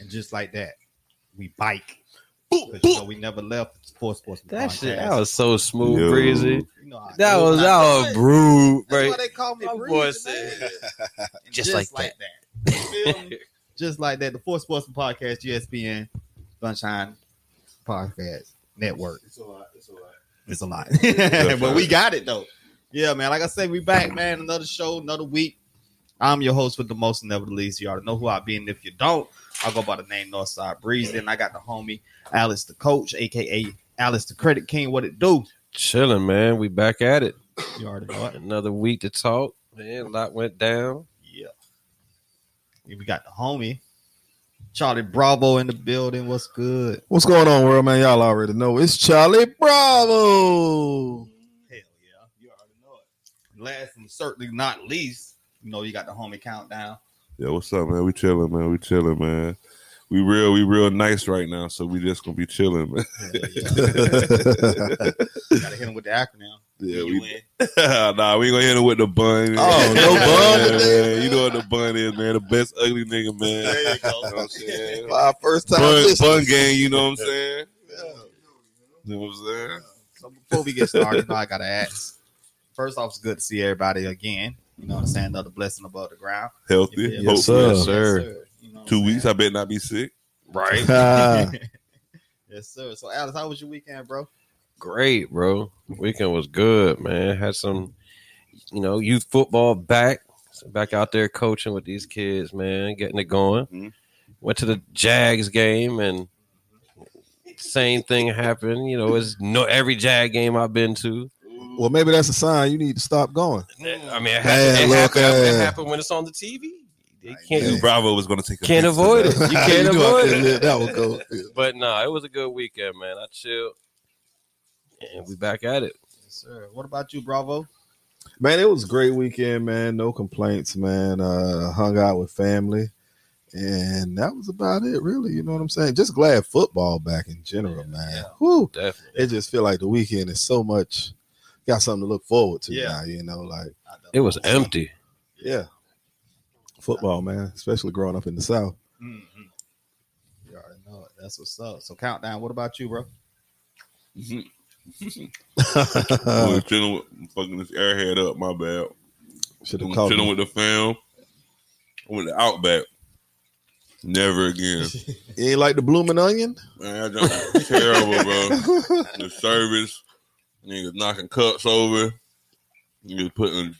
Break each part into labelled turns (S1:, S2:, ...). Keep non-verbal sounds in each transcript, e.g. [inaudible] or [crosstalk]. S1: And just like that, we bike. 'Cause,
S2: Boop,
S1: you know,
S2: boop.
S1: we never left Sports Sports.
S3: That shit, that
S1: Podcast.
S3: was so smooth,
S4: Yo.
S3: breezy.
S1: You know, I-
S3: That was
S1: That's
S3: that was
S1: it.
S3: rude,
S1: That's
S3: right?
S1: why they call me
S3: My
S1: Breezy,
S3: boy
S1: man.
S3: said-
S2: Just like
S1: that. You feel me? [laughs] just like that. The Four Sportsman Podcast, E ESPN, Sunshine Podcast Network.
S2: It's a lot. It's a lot.
S1: It's a lot,
S4: Yeah,
S1: [laughs] but we got it though. Yeah, man. Like I said, we back, man. Another show, another week. I'm your host with the most and never the least. You already know who I be, and if you don't, I go by the name Northside Breeze. Then I got the homie Alice, the coach, aka Alice, the Credit King. What it do?
S3: Chilling, man. We back at it.
S1: You already know it.
S3: Another week to talk. Man, a lot went down.
S1: Yeah. And We got the homie Charlie Bravo in the building. What's good?
S4: What's going on, world man? Y'all already know it's Charlie Bravo.
S1: Hell yeah, you already know it. Last and certainly not least, you know you got the homie countdown.
S4: Yeah, what's up, man? We chilling, man. We chilling, man. We real, we real nice right now, so we just gonna be chilling, man.
S1: [laughs] gotta hit him with the [laughs] acronym.
S4: [laughs] yeah,
S1: You
S4: we
S1: win.
S4: [laughs] nah, we ain't gonna hit him with the bun. man.
S1: Oh, no bun
S4: [laughs] Yeah,
S1: today,
S4: man. You know what the bun is, man. The best ugly nigga, man.
S1: There you go.
S4: [laughs] You know what I'm saying?
S2: My first time.
S4: Bun,
S2: listening.
S4: bun game, you know what I'm saying? You know what I'm saying?
S1: So before we get started, I [laughs] gotta ask. First off, it's good to see everybody again. You know what I'm saying? Another blessing above the ground.
S4: Healthy,
S1: Yes,
S4: hopefully.
S3: sir.
S1: Yes, You know what
S4: Two
S1: I'm
S4: weeks, I
S1: saying?
S4: bet not be sick.
S3: Right.
S5: Ah,
S1: yes, sir. So Alice, how was your weekend, bro?
S3: Great, bro. Weekend was good, man. Had some, you know, youth football back. Back out there coaching with these kids, man, getting it going.
S4: Mhm.
S3: Went to the Jags game and same thing happened. You know, it's no every Jag game I've been to.
S5: Well, maybe that's a sign you need to stop going.
S3: I mean, it
S5: Man,
S3: happened, it
S5: look,
S3: happened, it
S5: uh,
S3: happened when it's on the TV. It
S4: Dude,
S3: can't,
S4: Bravo was gonna take. a
S3: can't
S4: offense to
S3: avoid
S4: that.
S3: it. You can't
S5: knew I
S3: avoid
S5: couldn't
S3: it.
S5: let That would go.
S3: But no, it was a good weekend, man. I chilled, and we back at it.
S1: Yes, sir. What about you, Bravo?
S5: Man, it was a great weekend, man. No complaints, man. Uh, hung out with family, and that was about it, really. You know what I'm saying? Just glad football back in general, man. Whew.
S3: Definitely,
S5: It just feel like the weekend is so much. Got something to look forward to
S1: Yeah.
S5: now, you know. Like,
S1: I don't
S3: it was
S1: know.
S3: empty.
S5: yeah, football, man. Especially growing up in the South.
S1: Mhm. Mm-hmm. You already know it. That's what's up. So countdown. What about you, bro?
S4: I
S5: Should
S4: was chilling Mm-hmm. with fucking this airhead up. My bad.
S5: have
S4: I'm
S5: called.
S4: chilling
S5: me.
S4: with the fam. I went to Outback. Never again.
S5: You ain't like the blooming onion?
S4: Man, I just, terrible, bro. The service, niggas knocking cups over, niggas putting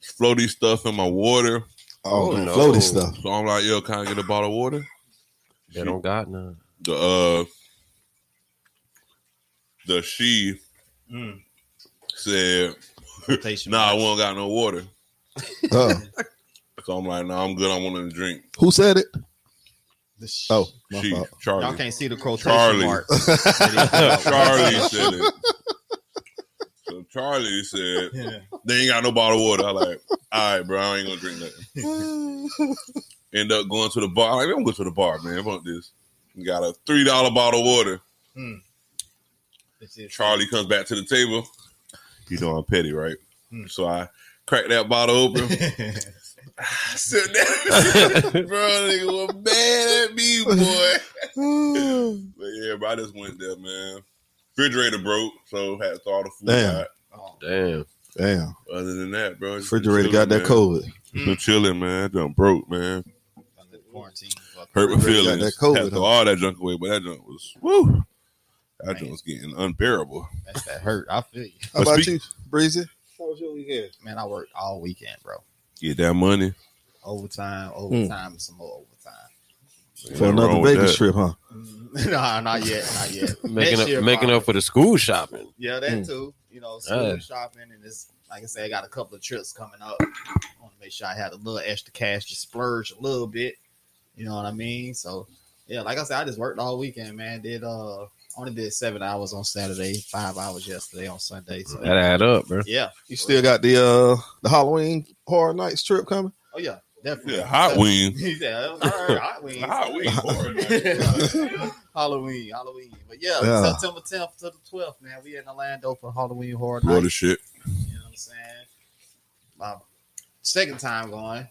S4: floaty stuff in my water.
S5: Oh,
S3: Oh,
S5: man,
S3: no.
S5: floaty stuff.
S4: So I'm like, yo, can I get a bottle of water?
S3: They don't got none.
S4: The uh, the she
S1: Mm.
S4: said,
S1: Rotation
S4: [laughs] nah, I won't got no water.
S5: Uh,
S4: So I'm like, nah, I'm good. I want to drink.
S5: who said it?
S1: [laughs] The sh-
S5: Oh, my
S4: She,
S5: fault. [laughs]
S4: Charlie.
S1: Y'all can't see the quotation
S4: Charlie.
S1: mark.
S4: [laughs] Charlie said it. So Charlie said
S1: Yeah.
S4: they ain't got no bottled water. I like, all right, bro, I ain't gonna drink nothing. [laughs] End up going to the bar. I'm like, don't go to the bar, man. Fuck this. Got a three dollar bottle of water.
S1: This is- [laughs]
S4: Charlie comes back to the table. You know I'm petty, right?
S1: Hmm.
S4: So I crack that bottle
S1: Oh,
S4: open. [laughs] Sit down, [laughs] bro. Nigga was mad at me, boy. But yeah, bro, I just went there, man. Refrigerator broke, so had to throw all the food
S5: Damn.
S4: out.
S1: Oh,
S3: Damn,
S5: Damn,
S4: Other than that, bro, just
S5: refrigerator got
S4: chilling,
S5: that
S4: man.
S5: COVID.
S4: Been chilling, man. Done broke, man.
S1: under quarantine.
S4: Hurt my
S5: Refrigerator got
S4: feelings.
S5: that COVID,
S4: Had to throw
S5: huh?
S4: all that junk away, but that junk was woo. That
S1: Man.
S4: junk was getting unbearable.
S1: That's that hurt. I feel you.
S5: How
S4: But
S5: about
S4: speak-
S5: you, Breezy?
S1: Man, I worked all weekend, bro.
S4: Get that money.
S3: Hmm.
S1: Overtime, overtime, and some more overtime. [laughs]
S4: Ain't
S5: For
S4: nothing
S5: another
S4: wrong with
S5: Vegas
S4: that.
S5: trip, huh?
S1: nah, not yet. Not yet.
S3: making
S1: Next
S3: up
S1: year,
S3: making
S1: probably.
S3: up for the school shopping.
S1: Yeah, that
S5: Mm.
S1: too. You know, school
S3: Uh.
S1: shopping and it's like I said, I got a couple of trips coming up. I want to make sure I had a little extra cash to splurge a little bit. You know what I mean? So yeah, like I said, I just worked all weekend, man. Did uh only did seven hours on Saturday, five hours yesterday on Sunday. So
S3: That add up, bro.
S1: yeah.
S5: You still got the uh the Halloween Horror Nights trip coming?
S1: Oh yeah, definitely.
S4: Yeah, hot wing.
S1: [laughs] yeah, all right, hot
S4: [laughs]
S1: wings.
S4: Hot wing.
S5: [laughs]
S1: [laughs] Halloween, Halloween. But yeah,
S5: Yeah.
S1: September 10th to the 12th, man. We in Orlando for Halloween Horror Nights.
S4: What the shit.
S1: You know what I'm saying? My second time going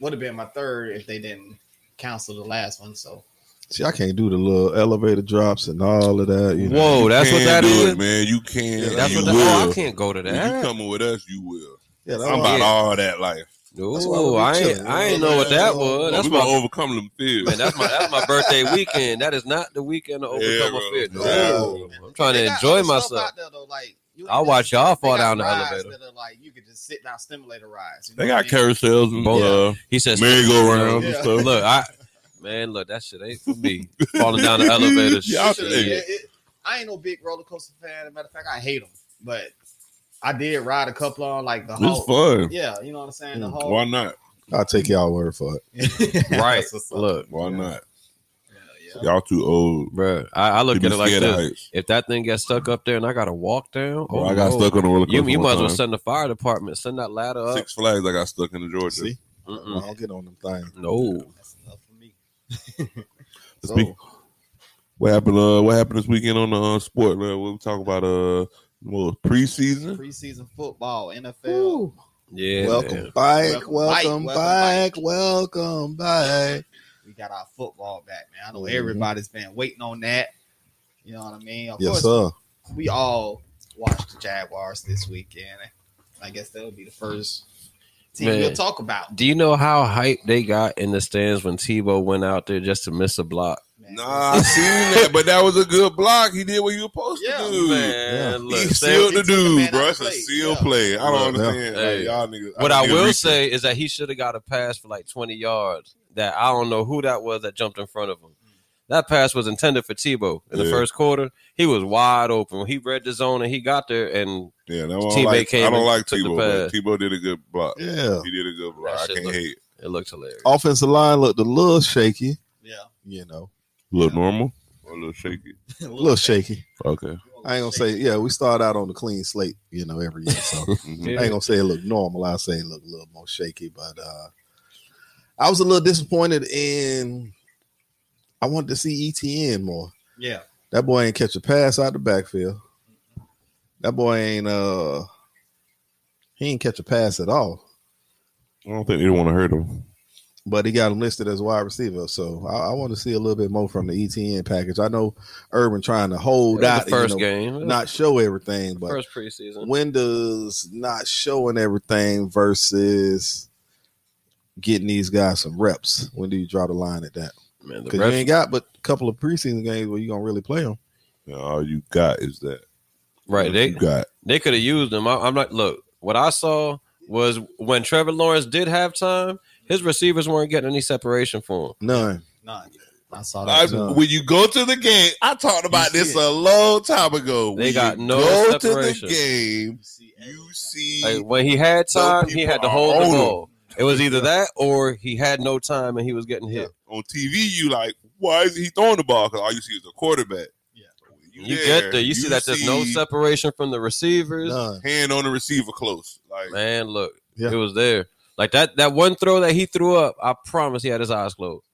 S1: would have been my third if they didn't cancel the last one. So
S5: See, I can't do the little elevator drops and all of that. You know?
S3: Whoa, that's what
S4: can
S3: that
S4: do
S3: is?
S4: It, man, you can.
S3: Yeah, that's
S4: you
S3: what the,
S4: will.
S3: oh, I can't go to
S4: When
S3: that. Oh,
S4: you coming with us, you will.
S5: Yeah, that's
S4: I'm
S5: why-
S4: about all that life.
S5: That's why we
S3: No, I ain't,
S5: chilling,
S3: I
S5: man.
S3: ain't know what that was. That's
S4: we gonna
S3: my,
S4: overcome them fears.
S3: man, that's my that's my birthday weekend. That is not the weekend to
S4: Yeah,
S3: overcome
S4: bro.
S3: a fear.
S4: Yeah.
S3: No, I'm trying
S1: They
S3: to
S1: got
S3: enjoy
S1: other stuff
S3: myself.
S1: out there, though, like, you
S3: I'll
S1: ain't-
S3: watch y'all
S1: they
S3: fall
S1: got
S3: down the
S1: rides
S3: elevator.
S1: that are like you can just sit down, stimulator rides. you
S4: They
S1: know
S4: got
S1: what I mean?
S4: carousels and
S3: Both.
S4: uh,
S3: He says
S4: merry-go-rounds and
S1: Yeah.
S4: stuff.
S3: Look, I [laughs] man, look, that shit ain't for
S4: [laughs]
S3: me. Falling down the elevator.
S4: Y'all
S3: shit.
S4: think-
S1: It- it- I ain't no big roller coaster fan. As a matter of fact, I hate them, but I did ride a couple on like the
S4: This is
S3: Oh.
S1: Hulk.
S4: fun. Mm,
S1: Yeah, you know what I'm saying. The
S4: Why not?
S5: I'll take y'all word for it.
S1: Hulk, [laughs]
S3: Right.
S1: That's what's up.
S3: Look,
S4: Why not?
S1: Yeah, yeah.
S4: Y'all too old.
S3: bro, I, I look
S4: to
S3: at
S4: be
S3: it like
S4: scared of
S3: this.
S4: heights.
S3: If that thing gets stuck up there and I gotta walk down,
S4: Bro,
S3: oh,
S4: I got
S3: no.
S4: stuck on the roller coaster.
S3: You, you
S4: one
S3: might as well
S4: time.
S3: send the fire department, send that ladder up.
S4: Six Flags. I got stuck in the Georgia.
S5: See, I
S3: Mm-mm.
S5: don't get on them things.
S3: No,
S1: That's enough for me.
S4: Let's be- What happened? Uh, what happened this weekend on the uh, sport? Man, we were talking about uh, well, preseason.
S1: Preseason football, NFL.
S5: Ooh.
S3: yeah,
S5: welcome back,
S1: Welcome back, welcome
S5: welcome back, welcome back.
S1: We got our football back, man. I know
S5: Mhm.
S1: everybody's been waiting on that. You know what I mean? Of course,
S5: Yes, sir.
S1: we all watched the Jaguars this weekend. I guess that'll be the first team
S3: Man.
S1: we'll talk about.
S3: Do you know how hyped they got in the stands when Tebow went out there just to miss a block?
S1: man.
S4: Nah, I seen that, but that was a good block. He did what you were supposed
S1: Yeah,
S4: to do.
S5: Yeah.
S4: He
S3: look, say-
S4: sealed
S1: he
S4: the
S1: took the man
S4: dude,
S1: out
S4: bro.
S1: the
S4: It's a
S1: play.
S4: seal
S1: Yeah.
S4: play. I don't
S5: Yeah.
S4: understand.
S3: Hey.
S4: Like, y'all niggas,
S3: what I
S4: niggas
S3: will
S4: reaching.
S3: say is that he should have got a pass for like 20 yards. That I don't know who that was that jumped in front of him. That pass was intended for Tebow in the
S4: Yeah.
S3: first quarter. He was wide open. He read the zone and he got there and
S4: yeah, that one
S3: Teammate
S4: I don't like,
S3: came
S4: I don't
S3: and
S4: like
S3: took the
S4: Tebow. but
S3: pass.
S4: Tebow did a good block.
S5: Yeah,
S4: He did a good block.
S3: That
S4: I
S3: shit
S4: can't
S3: looked-
S4: hate.
S3: it looked hilarious.
S5: offensive line looked a little shaky.
S1: Yeah.
S5: You know,
S4: Look normal or a little shaky.
S1: [laughs]
S5: [laughs] a little shaky.
S4: [laughs] Okay.
S5: I ain't gonna say. Yeah, we start out on the clean slate. You know, every year. [laughs] So
S4: Mhm.
S5: I ain't gonna say it looked normal. I say it looked a little more shaky, but uh I was a little disappointed in. I wanted to see ETN more.
S1: Yeah.
S5: That boy ain't catch a pass out the backfield. That boy ain't. uh He ain't catch a pass at all.
S4: I don't think they want to hurt him.
S5: But he got him listed as wide receiver, so I, I want to see a little bit more from the ETN package. I know Urban trying to
S3: It was
S5: hold out,
S3: the
S5: you
S3: first
S5: know,
S3: game,
S5: not show everything, but
S3: first preseason.
S5: when does not showing everything versus getting these guys some reps? When do you draw the line at that?
S3: Man, the
S5: Because you
S3: ref-
S5: ain't got but a couple of preseason games where you gonna really play them.
S4: You know, all you got is that.
S3: right?
S4: What
S3: They
S4: you got.
S3: They could have used him. I, I'm like, look, what I saw was when Trevor Lawrence did have time, his receivers weren't getting any separation for him.
S5: None.
S1: None. I saw
S4: I,
S1: that.
S5: Uh,
S4: when you go to the game, I talked about
S1: You see
S4: this
S1: it.
S4: a long time ago. When
S3: They got
S4: you
S3: no
S4: go
S3: separation.
S4: to the
S1: You
S4: game.
S1: see
S4: You
S1: everything.
S4: see,
S3: Like when he had
S4: Those
S3: time, he had to
S4: people
S3: hold
S4: are
S3: the
S4: on
S3: ball. It was either that or he had no time and he was getting hit.
S4: on TV, you like, why is he throwing the ball? Because all you see is the quarterback.
S1: Yeah.
S4: When
S3: You
S4: there,
S3: get there, you, see that there's no
S4: see
S3: separation from the receivers.
S5: None.
S4: hand on the receiver close. Like
S3: Man, look,
S5: Yeah.
S3: it was there. Like that that one throw that he threw up, I promise he had his eyes closed.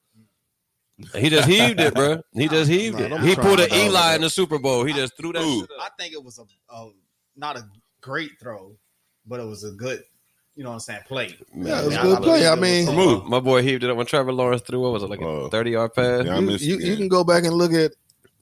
S3: He just heaved it, bro. He just heaved
S5: Nah,
S3: it.
S5: don't
S3: He
S5: try
S3: pulled an
S5: to dog
S3: Eli
S5: it.
S3: in the Super Bowl. He just threw that
S4: Ooh.
S3: shit up.
S1: I think it was a, a not a great throw, but it was a good, you know what I'm saying, play.
S5: Yeah, it was a
S1: I
S5: good
S1: thought
S5: play.
S1: was
S5: I
S1: good
S5: mean-
S1: with-
S4: Remove.
S3: My boy heaved it up when Trevor Lawrence threw. What was it like a
S5: Uh,
S4: Oh.
S3: thirty yard pass?
S4: Yeah, I
S5: You,
S4: missed
S5: you-
S4: the
S5: you
S4: game.
S5: can go back and look at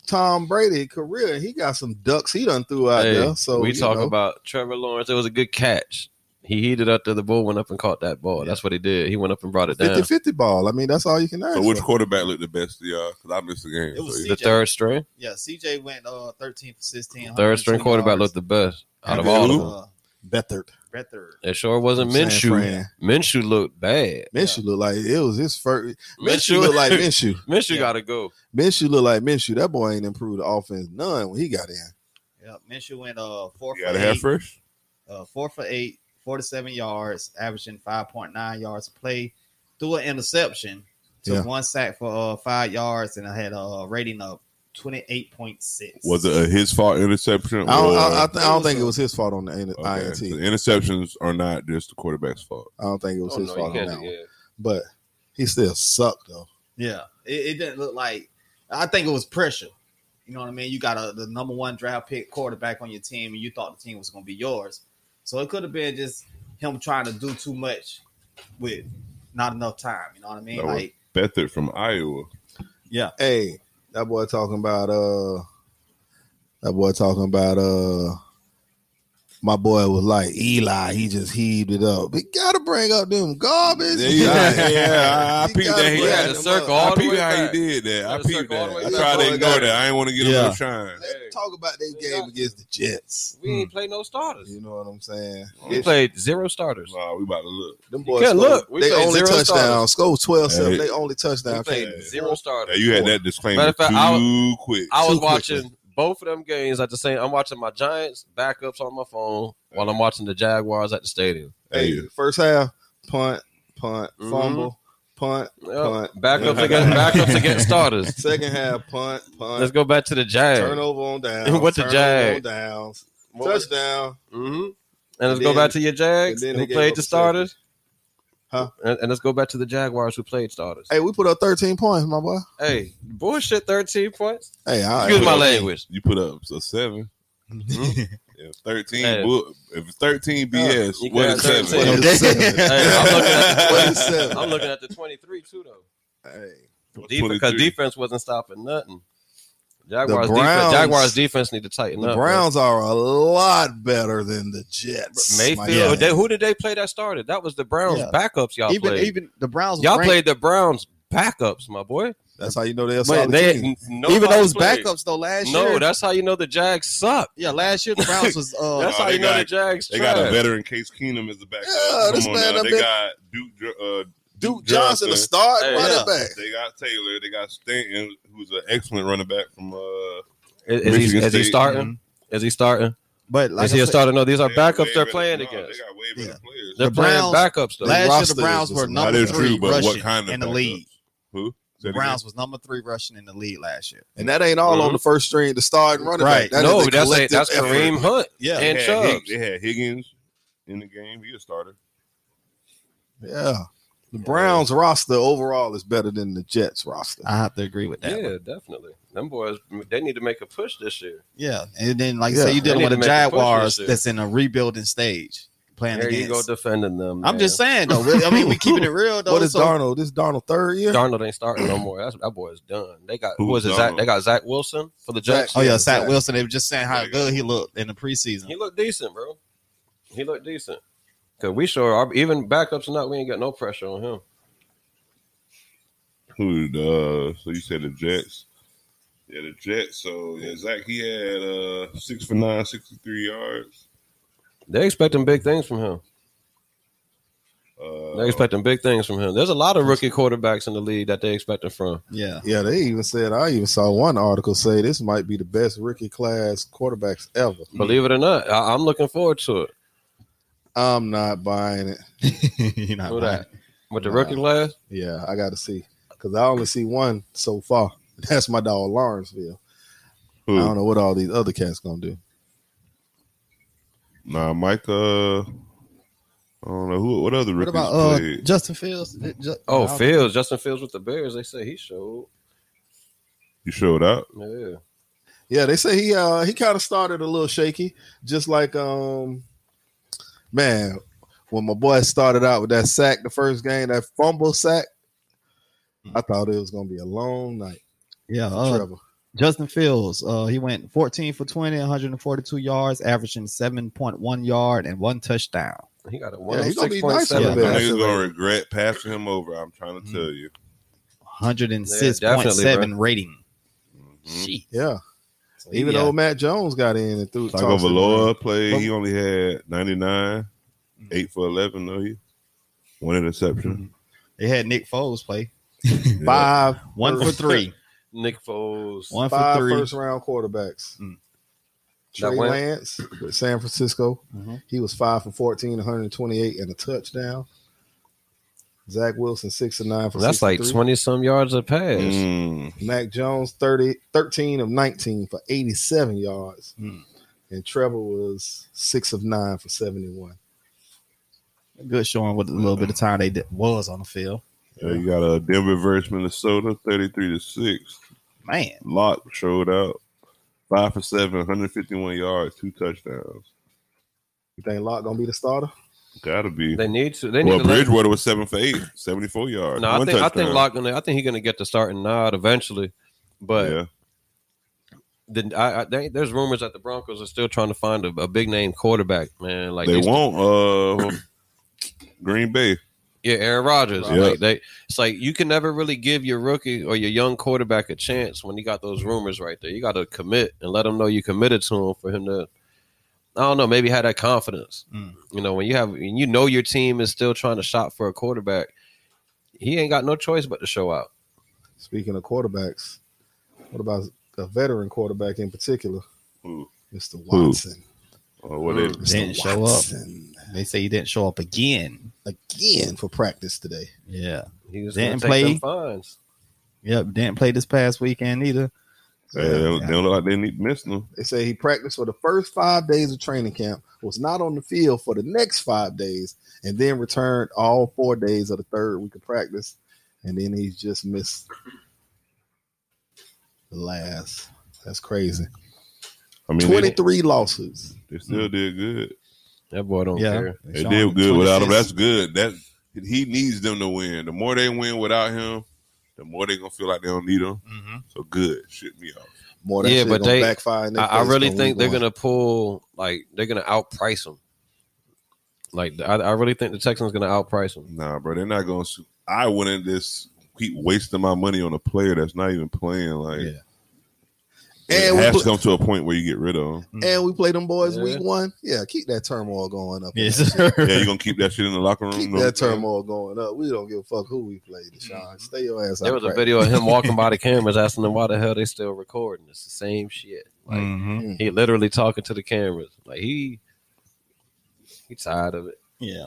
S5: Tom Brady career. He got some ducks he done threw out
S3: Hey,
S5: there. So
S3: we
S5: you
S3: talk
S5: know.
S3: about Trevor Lawrence. It was a good catch. He heated up to the ball, went up and caught that ball. That's what he did. He went up and brought it down.
S5: 50-50 ball. I mean, that's all you can ask.
S4: So which
S5: for.
S4: quarterback looked the best to y'all? Because I missed the game.
S1: It was
S4: so,
S1: C-
S4: yeah.
S3: The third string,
S1: Yeah, CJ went uh 13 for 16.
S3: third string
S1: 102
S3: quarterback
S1: yards.
S3: looked the best out of
S5: Who?
S3: all of them.
S1: Uh,
S5: Bethard.
S1: Beathard.
S3: It sure wasn't
S5: San
S3: Minshew.
S5: Fran.
S3: Minshew looked bad.
S5: Minshew looked like it was his first. Minshew
S3: Minshew [laughs]
S5: looked
S4: [laughs]
S5: like Minshew.
S3: Minshew
S1: Yeah.
S3: got to go.
S5: Minshew looked like Minshew. That boy ain't improved the offense none when he got in.
S1: Yeah, Minshew went uh four
S4: You
S1: for
S4: got a
S1: eight,
S4: half first?
S1: uh, four for eight, 47 yards, averaging 5.9 yards a play, threw an interception, took
S5: Yeah.
S1: one sack for uh five yards, and I had a rating of 28.6.
S4: Was it a his fault interception?
S5: I don't,
S4: or,
S5: I, I, th- I
S1: It
S5: don't
S1: was
S5: think
S1: a-
S5: it was his fault on the N-
S4: Okay, so
S5: INT.
S4: interceptions are not just the quarterback's fault.
S5: I don't think it was
S3: Oh,
S5: his
S3: no, you
S5: fault on
S3: can't
S5: that
S3: do-
S5: one.
S3: yeah.
S5: But he still sucked though.
S1: Yeah, it, it didn't look like. I think it was pressure. You know what I mean? You got a, the number one draft pick quarterback on your team, and you thought the team was going to be yours. So it could have been just him trying to do too much with not enough time. You know what I mean?
S4: [laughs] That was-
S1: like
S4: Bethard from Iowa.
S1: Yeah.
S5: Hey, that boy talking about uh that boy talking about uh my boy was like Eli, he just heaved it up. He gotta bring up them garbage.
S4: Yeah,
S5: [laughs]
S4: yeah, yeah, I- I
S5: He
S4: peeped
S5: gotta
S4: that. He
S5: bring
S4: had
S3: a
S5: them
S3: circle.
S5: up.
S3: All
S4: I
S3: the
S4: peeped
S3: way
S4: how
S3: back.
S4: he did that. I
S3: Had a
S4: peeped
S3: circle all
S4: that.
S3: the way
S4: I
S3: back.
S4: tried to
S5: Yeah.
S4: ignore that. I ain't want to get him
S5: Yeah.
S4: no shine.
S5: Let's talk about that game against the Jets.
S3: We ain't play no starters.
S5: You know what I'm saying?
S3: We played zero starters.
S4: Nah, we about to look.
S5: Them
S3: Yeah,
S5: scored-
S3: look, we
S5: they
S3: played
S5: only
S3: zero
S5: touchdown. Score 12 7.
S4: Hey.
S5: They only touchdown.
S3: We played
S5: came.
S3: zero starters.
S4: Now, you had
S5: Four.
S4: that
S3: Matter
S4: disclaimer
S3: of fact,
S4: too
S3: I
S4: quick.
S3: I was
S5: Too quickly.
S3: watching both of them games at the same. I'm watching my Giants backups on my phone while I'm watching the Jaguars at the stadium.
S5: Hey, first half, punt, punt,
S3: Mhm.
S5: fumble, punt.
S3: Yep.
S5: Punt. [laughs]
S3: Backups against backups against starters.
S5: Second half, punt, punt.
S3: Let's go back to the Jags.
S5: Turnover on
S3: [laughs]
S5: down.
S3: What the Jag?
S5: On downs.
S3: What was-
S5: Touchdown.
S3: hmm And let's
S5: Mm-hmm. then-
S3: go back to your Jags
S5: and then
S3: who
S5: they gave
S3: played
S5: up
S3: the
S5: a
S3: starters.
S5: Huh?
S3: And, and let's go back to the Jaguars who played starters.
S5: Hey, we put up 13 points, my boy.
S3: Hey, bullshit, thirteen points.
S5: Hey, all right.
S3: Excuse my language.
S4: You put up a seven. If thirteen,
S3: Hey.
S4: bu- if it's thirteen BS,
S3: You
S4: what
S3: got
S4: is
S3: 13.
S4: seven?
S5: What is seven?
S3: Hey, I'm looking at
S5: What is
S3: the 20,
S5: seven?
S3: I'm looking at the twenty-three too though.
S5: Hey.
S3: because
S4: 23.
S3: defense wasn't stopping nothing. Jaguars,
S5: The
S3: defense,
S5: Browns-
S3: Jaguars defense need to tighten
S5: The
S3: up.
S5: Browns are a lot better than the Jets.
S3: man.
S5: my
S3: Mayfield,
S5: guy.
S3: they- who did they play that started? That was the Browns
S1: Yeah.
S3: backups. Y'all
S1: even
S3: played.
S1: even the Browns. was
S3: y'all
S1: ranked-
S3: played the Browns backups, my boy.
S5: That's how you know they're a
S1: But
S5: solid
S3: They-
S5: team.
S3: n- nobody
S1: even those
S3: played.
S1: backups though last
S3: No,
S1: year.
S3: that's how you know the Jags suck.
S1: yeah, last year the Browns was uh,
S3: That's
S4: no,
S3: how you
S4: they
S3: know
S4: got-
S3: the Jags.
S4: They got a
S3: trash.
S4: veteran Case Keenum as the backup.
S5: Yeah,
S4: Come
S5: this
S4: on
S5: man
S4: now.
S5: done
S4: They
S5: been-
S4: got Duke. Dr- Uh,
S5: Duke Johnson, a start
S3: Hey,
S5: running
S1: yeah.
S5: back.
S4: they got Taylor. They got Stanton, who's an excellent running back from. Uh,
S3: Is, is he,
S4: Michigan
S3: is he
S4: State.
S3: starting? Is he starting?
S1: but like
S3: is
S1: I
S3: he a
S1: said,
S3: starter? No, these are
S4: they got way
S3: backups they're
S4: better-
S3: playing
S4: no,
S3: against.
S4: They got way better
S1: Yeah.
S4: players.
S3: They're
S1: The
S3: playing
S1: Browns-
S3: backups though.
S1: last year
S5: roster
S1: the
S5: is
S1: Browns
S5: just-
S1: were
S5: That
S1: number
S4: is true,
S1: three
S4: but what
S1: rushing
S4: kind of
S1: in the
S4: backup?
S1: league.
S4: Who? Say
S1: The
S4: it
S1: Browns was number three rushing in the league last year.
S5: And that ain't all
S4: Mhm.
S5: on the first string, the starting running
S1: Right.
S5: back. That
S3: no,
S5: is a
S3: that's a,
S5: collective
S3: that's
S5: effort.
S3: Kareem Hunt
S1: Yeah,
S4: again.
S3: and
S4: They had, Hig-
S3: Chubbs.
S4: they had Higgins in the game. He a starter.
S5: Yeah. The Browns roster overall is better than the Jets roster.
S1: I have to agree with that.
S3: Yeah, definitely. Them boys, they need to make a push this year.
S1: Yeah, and then like you
S5: Yeah.
S1: say, you're dealing
S3: They
S1: with
S3: need
S1: the
S3: to make a push
S1: Jaguars
S3: this year.
S1: that's in a rebuilding stage, playing
S3: There you
S1: against.
S3: go defending them.
S1: I'm
S3: man.
S1: just saying though. really, I mean, we keeping it
S3: [laughs]
S1: real though.
S5: What is
S1: so-
S5: Darnold? This Darnold third year?
S3: Darnold ain't starting no more. That's, that boy's done. They got who was
S4: Who's
S3: it? Zach,
S4: Darnold?
S3: they got Zach Wilson for the Jets.
S1: Oh yeah, Zach
S5: Zach.
S1: Wilson. They were just saying how good he looked in the preseason.
S3: He looked decent, bro. He looked decent. Cause we sure are even backups or not, we ain't got no pressure on him.
S4: Who? Uh, so you said the Jets. Yeah, the Jets. So yeah, Zach. He had uh, six for nine, 63 yards.
S3: They expecting big things from him.
S4: Uh,
S3: They expecting big things from him. There's a lot of rookie quarterbacks in the league that they expecting from.
S1: Yeah, [laughs]
S5: Yeah, they even said I even saw one article say this might be the best rookie class quarterbacks ever.
S3: Believe it or not, I, I'm looking forward to it.
S5: I'm not buying it.
S1: you know
S3: Who
S1: right.
S3: that? With the
S5: Nah.
S3: rookie class,
S5: Yeah, I got to see because I only see one so far. [laughs] That's my dog Lawrenceville.
S4: who?
S5: I don't know what all these other cats gonna do.
S4: Nah, Mike. Uh, I don't know who. What other
S1: What
S4: rookies
S1: about uh,
S4: played?
S1: Justin Fields? Ju-
S3: oh
S1: I'll-
S3: Fields, Justin Fields with the Bears, they say he showed.
S4: You showed up.
S3: Yeah,
S5: Yeah, they say he uh he kind of started a little shaky, just like um man when my boy started out with that sack the first game, that fumble sack. I
S1: Hmm.
S5: thought it was gonna be a long night
S1: yeah.
S5: for
S1: Uh,
S5: Trevor.
S1: Justin Fields. Uh, he went 14 for 20, 142 yards, averaging 7.1 yard and one touchdown.
S3: he got a
S5: Yeah, he gonna be
S3: 106.7.
S5: nice with
S1: Yeah, Hmm.
S4: Them
S5: that.
S4: niggas
S5: that's
S4: gonna
S5: right.
S4: regret passing him over. I'm trying to tell you.
S1: 106.7 rating.
S3: Mm-hmm.
S4: Mhm.
S1: Shit.
S5: Yeah, even
S1: yeah.
S5: though Matt Jones got in and threw
S4: Taco
S5: tossed it.
S4: Valoa played. He only had 99,
S3: Mm.
S4: eight for 11. No, he one interception.
S1: they had Nick Foles play
S4: Yeah.
S5: five
S1: one for
S3: [laughs]
S1: three,
S3: Nick Foles.
S1: one for
S5: five
S1: three.
S5: first round quarterbacks.
S1: Mm.
S5: Trey
S3: That went-
S5: Lance with San Francisco.
S1: Mhm.
S5: He was five for 14, 128, and a touchdown. Zach Wilson, six and nine for
S3: That's like
S5: 63.
S3: twenty some yards of pass.
S4: Mm.
S5: Mac Jones, 30, 13 of 19 for 87 yards.
S1: Mm.
S5: And Trevor was six of nine for 71.
S1: Good showing with a little bit of
S3: Mm-hmm.
S1: time they did, was on the field.
S4: Yeah, you got a Denver versus Minnesota, 33 to 6.
S1: Man,
S4: Locke showed out. Five for seven, 151 yards, two touchdowns.
S5: You think Locke going to be the starter?
S4: Gotta be.
S3: They need to. They need
S4: well,
S3: to. let-
S4: Bridgewater was seven for eight, 74 yards.
S3: no, I
S4: one
S3: think I think
S4: touchdown.
S3: Lock gonna. I think he's gonna get the starting nod eventually, but
S4: yeah.
S3: the, I, I, they, there's rumors that the Broncos are still trying to find a, a big name quarterback. Man, like
S4: they
S3: these-
S4: want uh Green Bay.
S3: Yeah, Aaron Rodgers.
S4: Yeah.
S3: Like they, it's like you can never really give your rookie or your young quarterback a chance when you got those rumors right there. You got to commit and let him know you committed to him for him to. I don't know. Maybe have that confidence.
S1: Mm.
S3: You know, when you have, when you know, your team is still trying to shop for a quarterback. He ain't got no choice but to show out.
S5: Speaking of quarterbacks, what about a veteran quarterback in particular?
S4: Who?
S5: Mr. Watson.
S4: Oh, what they
S3: Mm.
S5: Mr.
S1: Didn't show up.
S5: Watson
S1: They say he didn't show up again.
S5: again for practice today.
S1: Yeah.
S3: He was
S1: They
S3: going
S1: didn't
S3: to take
S1: play.
S3: them fines.
S1: Yep. Didn't play this past weekend either.
S4: they, don't- they don't look like they need missing them.
S5: They say he practiced for the first five days of training camp, was not on the field for the next five days, and then returned all four days of the third week of practice. And then he's just missed the last. That's crazy.
S4: I mean, they,
S5: 23 losses.
S4: they still did good.
S3: That boy don't
S1: Yeah.
S3: care.
S4: They
S1: Sean
S4: did good without him.
S1: 26.
S4: That's good. That he needs them to win. The more they win without him, the more they gonna feel like they don't need him.
S1: [laughs] Mhm.
S4: So good. Shit me off.
S5: More than
S3: Yeah,
S5: yeah,
S3: but
S5: but
S3: they-
S5: backfire. in their
S3: I, I
S5: face
S3: really
S5: when we
S3: think they're
S5: won.
S3: gonna pull like they're gonna outprice him. Like I, I really think the Texans gonna outprice him.
S4: Nah, bro, they're not gonna. su- I wouldn't just keep wasting my money on a player that's not even playing. Like
S1: Yeah.
S4: it
S5: And we
S4: has
S5: put-
S4: to come to a point where you get rid of him.
S5: And we play them boys
S3: Yeah.
S5: week one. Yeah, keep that turmoil going up.
S1: Yes, sir.
S4: Yeah, you gonna keep that shit in the locker room.
S5: Keep
S4: no?
S5: that turmoil going up. We don't give a fuck who we play, Deshaun. Stay your ass
S3: Mm-hmm.
S5: out.
S3: There was a
S5: practice.
S3: video of him walking by the cameras asking them why the hell they still recording. It's the same shit. Like
S1: Mhm.
S3: he literally talking to the cameras. Like he he tired of it.
S1: Yeah.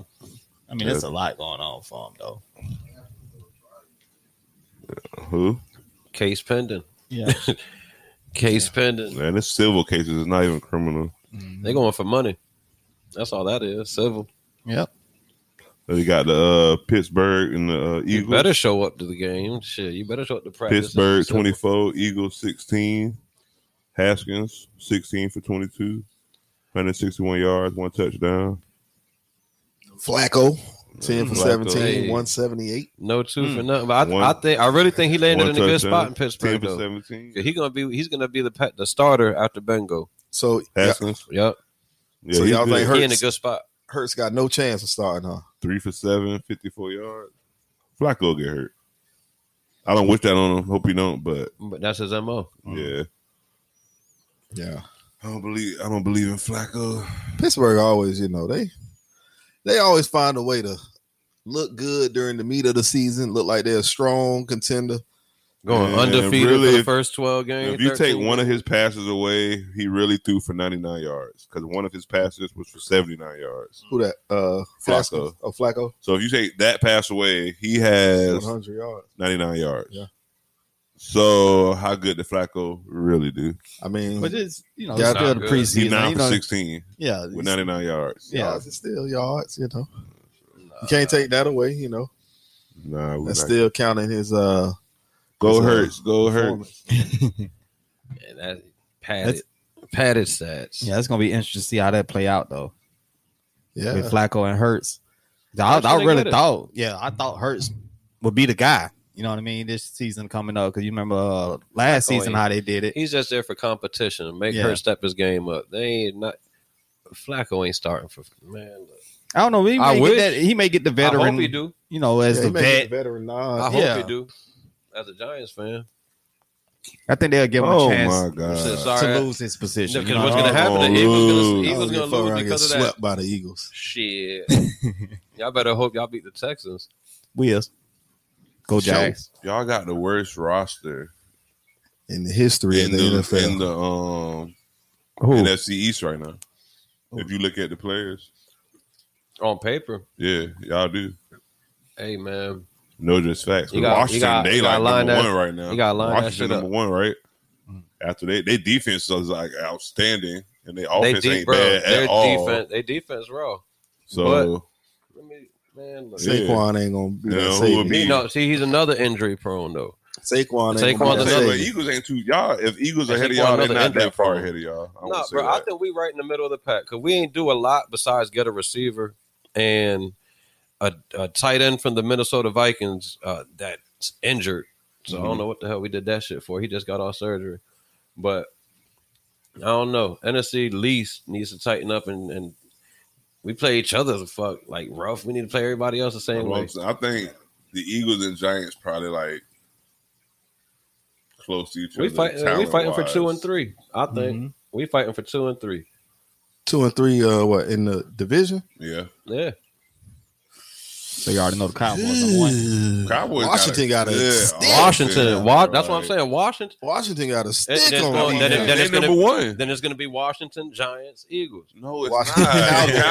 S1: I mean, there's a lot going on for him though.
S4: Who?
S3: Case pending.
S1: Yeah.
S3: [laughs] Case pending.
S4: Man, it's civil cases. It's not even criminal.
S3: They going for money. That's all that is. Civil.
S1: Yep.
S4: They got the uh, Pittsburgh and the uh,
S3: You
S4: Eagles.
S3: better show up to the game. Shit, you better show up to practice.
S4: Pittsburgh
S3: That's civil.
S4: twenty four, Eagles sixteen, Haskins sixteen for twenty two. 161 yards, one touchdown.
S5: Flacco, 10 for
S4: Flacco.
S5: 17,
S3: Hey.
S5: 178.
S3: No two
S1: Hmm.
S3: for nothing. But I,
S4: One-
S3: I think I really think he landed in
S4: one
S3: a good
S4: touchdown,
S3: spot in
S4: 10
S3: Pittsburgh.
S4: for
S3: Though.
S4: 17.
S3: He's gonna be he's gonna be the pe- the starter after Bengo.
S5: So yeah,
S4: Haskins.
S3: Yep,
S4: Yeah,
S5: So
S4: he's
S5: y'all
S4: good.
S5: think Hurts-
S3: he in a good spot.
S5: Hurts got no chance of starting, huh?
S4: three for seven, 54 yards. Flacco get hurt. I don't wish that on him. Hope he don't. But
S3: But that's his mo.
S4: yeah,
S5: Yeah.
S4: I don't believe. I don't believe in Flacco.
S5: Pittsburgh always, you know, they they always find a way to look good during the meat of the season, look like they're a strong contender.
S3: Going
S4: Yeah,
S3: undefeated
S4: really,
S3: for the
S4: if-
S3: first twelve games.
S4: If you take
S3: 13.
S4: one of his passes away, he really threw for 99 yards because one of his passes was for 79 yards.
S5: Who that? Uh
S4: Flacco.
S5: Flacco. Oh, Flacco.
S4: So if you take that pass away, he has
S5: 100 yards.
S4: 99 yards.
S5: Uh-huh. Yeah.
S4: So how good did Flacco really do?
S5: I mean,
S1: But it's you know,
S5: Yeah,
S1: it's still the
S3: good.
S1: preseason.
S4: He nine
S1: you
S4: for
S1: know,
S4: 16
S1: Yeah.
S4: with 99 yards.
S1: Yeah.
S5: yards is still yards, you know. You can't take that away, you know.
S4: Nah, we're
S5: That's
S4: not-
S5: still counting his uh
S4: go
S5: his, uh,
S4: Hurts, go Hurts.
S5: performance.
S3: And that padded padded stats.
S1: Yeah, it's gonna be interesting to see how that play out though.
S5: Yeah.
S1: With Flacco and Hurts. I,
S3: Hurts
S1: I
S3: really good
S1: really
S3: at-
S1: thought, yeah, I thought Hurts would be the guy. You know what I mean? This season coming up because you remember uh, last
S3: Flacco
S1: season
S3: ain't-
S1: how they did it.
S3: He's just there for competition. Make
S1: Yeah.
S3: her step his game up. They ain't not Flacco ain't starting for man. look.
S1: I don't know. He
S3: I
S1: may,
S3: wish.
S1: get that, he may get the veteran.
S3: I hope he do.
S1: You know, as
S5: Yeah,
S1: the
S5: he made
S1: vet.
S5: it veteran
S3: I
S5: nod.
S3: hope
S1: yeah.
S3: he do. As a Giants fan,
S1: I think they'll give him
S4: Oh
S1: a chance
S4: my
S3: Since
S4: god!
S3: our- Sorry.
S1: to lose his position.
S3: because
S1: you know
S3: what's
S1: what
S3: gonna
S1: I'm
S3: happen? The
S4: gonna
S3: Eagles
S4: lose.
S3: gonna,
S5: I
S3: Eagles
S5: don't
S3: gonna
S5: give a fuck around
S3: lose because of
S5: getting
S3: that.
S5: swept by the Eagles.
S3: [laughs] Shit, y'all better hope y'all beat the Texans.
S1: We is. Go
S5: Show.
S1: Jags.
S4: Y'all got the worst roster
S5: in the history
S4: in
S5: of the,
S4: the,
S5: NFL.
S4: in the um NFC East right now. If you look at the players,
S3: On paper,
S4: yeah, y'all do.
S3: hey man,
S4: No, just facts.
S3: You
S4: But
S3: got- you
S4: Washington,
S3: got-
S4: they
S3: you
S4: like
S3: gotta line
S4: number
S3: that-
S4: one right now.
S3: you gotta line that
S4: Washington
S3: shit up.
S4: number one, right? After they, they defense is like outstanding, and they offense
S3: they
S4: ain't
S3: deep, bro.
S4: bad
S3: Their
S4: at all.
S3: defense, they defense raw.
S4: so
S3: Let me, man, look.
S4: Yeah.
S5: Saquon ain't gonna be
S4: Yeah,
S5: that
S4: who
S5: safety.
S4: would be-
S3: No, see, he's another injury prone though.
S5: Saquon ain't
S4: Well,
S3: Saquon's
S5: gonna be
S4: the
S5: that
S3: another-
S4: number-
S5: safety.
S4: Eagles ain't too y'all. If Eagles
S3: I
S4: ahead of
S3: think one
S4: y'all, they're
S3: another
S4: not
S3: injury
S4: that far
S3: problem.
S4: ahead of y'all. I
S3: No,
S4: won't say
S3: bro, I
S4: that.
S3: think we right in the middle of the pack because we ain't do a lot besides get a receiver and a, a tight end from the Minnesota Vikings uh, that's injured. So I don't
S5: Mhm.
S3: know what the hell we did that shit for. He just got off surgery, but I don't know. NFC least needs to tighten up and, and we play each other the fuck like rough. We need to play everybody else the same
S4: Well,
S3: way.
S4: I'm saying, I think the Eagles and Giants probably like close to each
S3: We
S4: other.
S3: fight. We fighting for two and
S4: talent-wise.
S3: three. I think
S5: Mhm.
S3: we fighting for two and three.
S5: Two and three, uh, what in the division?
S4: Yeah,
S3: Yeah,
S1: So you already know the Cowboys number one.
S4: Cowboys.
S5: Washington got a
S4: yeah,
S5: stick.
S3: Washington. Wa- that's what I'm
S4: right.
S3: saying. Washington.
S5: Washington got a stick
S3: that's
S5: on
S3: going-
S5: them.
S3: that-
S4: Yeah,
S3: that-
S4: they
S3: it's gonna-
S4: number one.
S3: Then it's going to be Washington, Giants, Eagles.
S4: No, it's [laughs]
S5: Washington
S4: not. The
S5: Cowboys.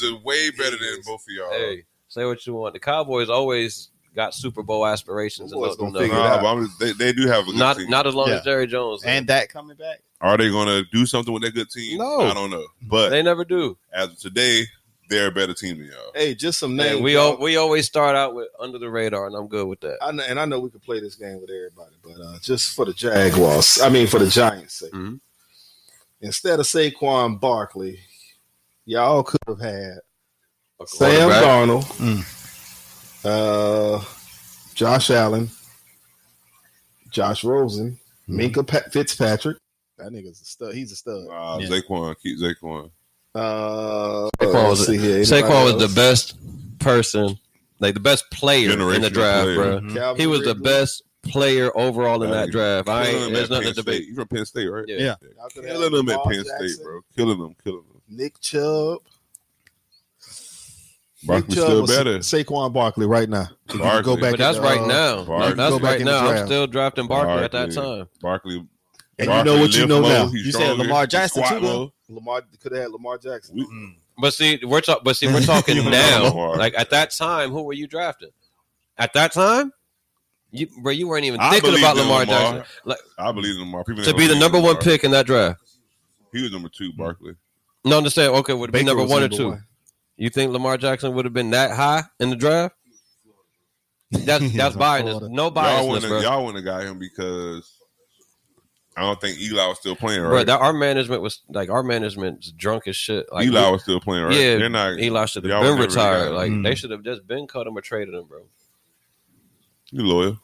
S4: Cowboys are way better than both of y'all.
S3: Hey, say what you want. The Cowboys always got Super Bowl aspirations. And
S5: Boys
S3: don't
S5: gonna
S3: do
S5: figure it
S3: nothing.
S4: Nah,
S5: out.
S4: but I'm just, they, they do have a good
S3: not
S4: team.
S3: not as long
S1: Yeah.
S3: as Jerry Jones.
S1: And that coming back.
S4: Are they going to do something with that good team?
S3: No.
S4: I don't know. But
S3: they never do.
S4: as of today, they're a better team than y'all.
S5: Hey, just some names.
S3: And we
S5: y'all.
S3: all, we always start out with under the radar, and I'm good with that.
S5: I know, and I know we could play this game with everybody, but uh, just for the Jaguars, I mean for the Giants' sake,
S3: Mhm.
S5: instead of Saquon Barkley, y'all could have had
S3: A
S5: Sam
S3: quarterback. Mm.
S5: Darnold, uh, Josh Allen, Josh Rosen,
S3: Mm.
S5: Minka Pat- Fitzpatrick. That nigga's a stud. He's a stud.
S4: Uh,
S1: Yeah.
S4: Zaquan, keep Zaquan.
S5: Uh,
S3: Saquon was-
S5: let's see here.
S3: Saquon
S5: Anybody
S3: was the
S5: else?
S3: best person, like the best player in the
S4: Generational
S3: draft,
S4: player.
S3: bro.
S5: Mm-hmm. Calvin
S3: He was the
S5: Ridley.
S3: best player overall in
S4: Nah,
S3: that
S4: you-
S3: draft. I
S4: Killing
S3: ain't,
S4: them
S3: there's
S4: at
S3: nothing
S4: Penn
S3: to
S4: State.
S3: debate.
S4: You from Penn State, right?
S3: Yeah.
S5: Y'all could have
S4: Killing them at
S5: Lamar
S4: Penn State,
S5: Jackson,
S4: bro. Killing them, killing them.
S5: Nick Chubb.
S4: Barkley's
S5: Nick Chubb
S4: still
S5: was
S4: better.
S5: Sa- Saquon Barkley right now. If you could
S4: Barkley.
S5: go back
S3: But that's
S5: and,
S3: right
S5: uh,
S3: now.
S4: Barkley.
S3: That's
S5: Go back
S3: right
S5: in the
S3: now. I'm
S5: draft.
S3: still drafting Barkley at that
S4: Barkley.
S3: time.
S4: Barkley.
S5: And you
S4: Barkley
S5: know what you
S4: lift
S5: know
S4: more,
S5: now.
S4: he's
S1: You said
S4: stronger,
S1: Lamar
S4: he
S1: Jackson
S4: squat
S1: too, though.
S4: more.
S5: Lamar could have had Lamar Jackson.
S4: We-
S3: But see, we're talking. But
S4: [laughs]
S3: see, we're
S1: You
S3: talking
S1: don't
S3: now.
S4: know.
S3: Like at that time, who were you drafting? At that time, you bro, you weren't even
S4: I
S3: thinking
S4: believe
S3: about
S4: in
S3: Lamar,
S4: Lamar.
S3: Jackson Like,
S4: I believe in Lamar. People
S3: to
S4: don't
S3: be the
S4: believe
S3: number
S4: in
S3: one
S4: Lamar.
S3: pick Mm-hmm. in that draft.
S4: He was number two, Barkley.
S3: No, understand? Okay, would it be
S5: Baker
S3: number
S5: was
S3: one or
S5: number
S3: two?
S5: one.
S3: You think Lamar Jackson would have been that high in the draft?
S4: [laughs]
S3: That's that's biasness.
S5: Florida.
S3: No
S4: Y'all
S3: biasness,
S4: wouldn't,
S3: bro.
S4: have, y'all wouldn't have got him because I don't think Eli was still playing,
S3: Bro,
S4: right?
S3: that our management was like our management's drunk as shit. Like
S4: Eli was still playing, right?
S3: Yeah,
S4: They're not.
S3: Eli should have
S4: y'all
S3: been
S4: never
S3: retired.
S4: got-
S3: Like
S1: Mm.
S3: they should have just been cut him or traded him, bro.
S4: You loyal.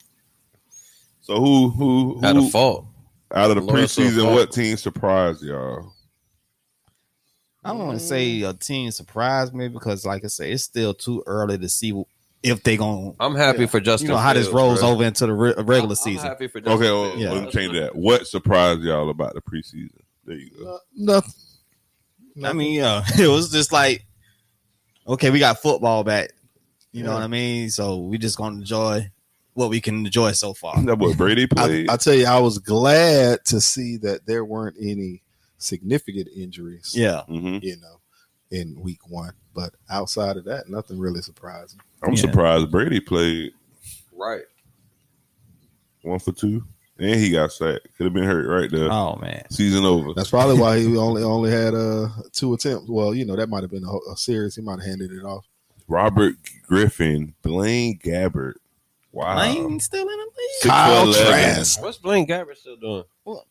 S4: So who who who
S3: Out of fault.
S4: out of the
S3: Loyal to the
S4: preseason?
S3: fault.
S4: What team surprised y'all?
S1: I don't want to say a team surprised me because, like I said, it's still too early to see if they going
S3: I'm happy for
S1: to,
S3: Justin.
S1: you know, how this
S3: Fields,
S1: rolls
S3: bro.
S1: over into the re- regular
S3: I'm- I'm
S1: season.
S3: happy for Justin
S4: Okay, well,
S3: Fields.
S1: Yeah.
S4: let me change that. What surprised y'all about the preseason? There you go. [laughs]
S5: No- Uh, nothing.
S1: I mean, yeah, [laughs] it was just like, okay, we got football back. You know
S5: Yeah.
S1: what I mean? So we just gonna enjoy what we can enjoy so far.
S4: That boy Brady
S5: I,
S4: played.
S5: I tell you, I was glad to see that there weren't any significant injuries.
S1: Yeah,
S4: hmm
S5: you know, in week one. But outside of that, nothing really surprising.
S4: I'm
S1: Yeah.
S4: surprised Brady played
S3: Right.
S4: one for two, and he got sacked. Could have been hurt right there.
S1: Oh man.
S4: Season over.
S5: Uh, That's probably why he only only had uh two attempts. Well, you know, that might have been a, whole- a series. He might have handed it off.
S4: Robert Griffin, Blaine Gabbert. Wow.
S1: Lane still in the league.
S4: Six
S5: Kyle
S4: for 11.
S5: Trask.
S3: What's Blaine Gabbert still doing?
S1: What?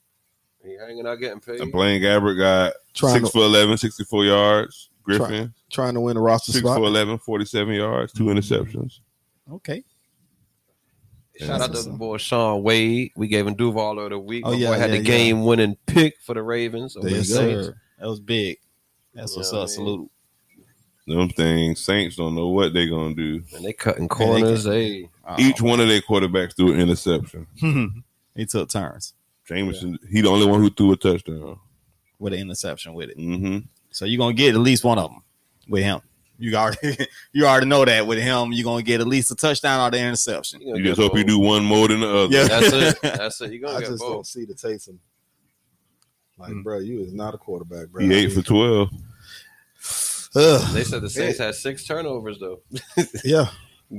S3: He hanging out getting paid.
S4: And Blaine Gabbert got
S5: Trying
S4: six
S5: to,
S4: for 11, 64 yards. Griffin,
S5: trying to win a roster
S4: six
S5: spot. Mm-hmm.
S4: for 11, 47 yards, two interceptions.
S1: Okay.
S3: Shout out to the boy Sean Wade. We gave him Duval of the week.
S1: Oh,
S3: Oh,
S1: yeah,
S3: boy had
S1: yeah, yeah.
S3: the game winning pick for the Ravens. over
S5: There
S3: the
S5: you go.
S3: Saints.
S1: That was big. That's what's
S3: Yeah,
S1: up.
S3: man.
S1: Salute.
S4: Them things, Saints don't know what they're going to do.
S3: And they cutting corners. They
S4: Each one of their quarterbacks threw an interception.
S1: one. [laughs] he took turns
S4: Jameson, he the only one who threw a touchdown.
S1: with an interception with it.
S4: hmm
S1: So you're gonna get at least one of them with him. You already [laughs] you already know that with him, you're gonna get at least a touchdown or the interception.
S3: gonna
S4: You
S3: get
S4: just hope you
S3: both.
S4: do one more than the other.
S1: Yeah.
S3: That's it.
S4: [laughs]
S3: That's it. You're
S5: I
S3: gonna get
S5: just don't
S3: both.
S5: see the Taysom. Like,
S1: Mm.
S5: bro, you is not a quarterback, bro.
S4: Hmm. He eight for 12.
S5: Ugh,
S3: They said the Saints had six turnovers though.
S5: [laughs] yeah,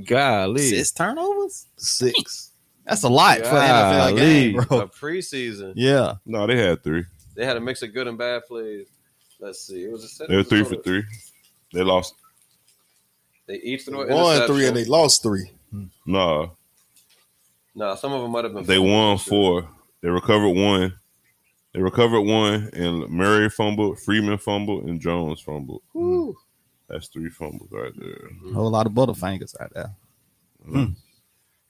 S3: Golly.
S1: Six turnovers?
S5: six.
S1: That's a lot for an NFL game,
S3: Golly.
S1: bro.
S3: A preseason.
S1: Yeah.
S4: No, they had three.
S3: They had a mix of good and bad plays. Let's see. It was a set.
S4: They were
S3: it was
S4: three
S3: sort
S4: for
S3: of-
S4: three. They lost.
S3: They each threw an
S5: Won three and they
S3: interception.
S5: lost three.
S4: Nah,
S3: Nah, some of them might have been.
S4: They won four. They recovered one.
S5: Hmm.
S4: They recovered one, and Murray fumbled, Freeman fumbled, and Jones fumbled.
S5: Woo.
S4: That's three fumbles right there.
S1: A whole lot of butterfingers out there.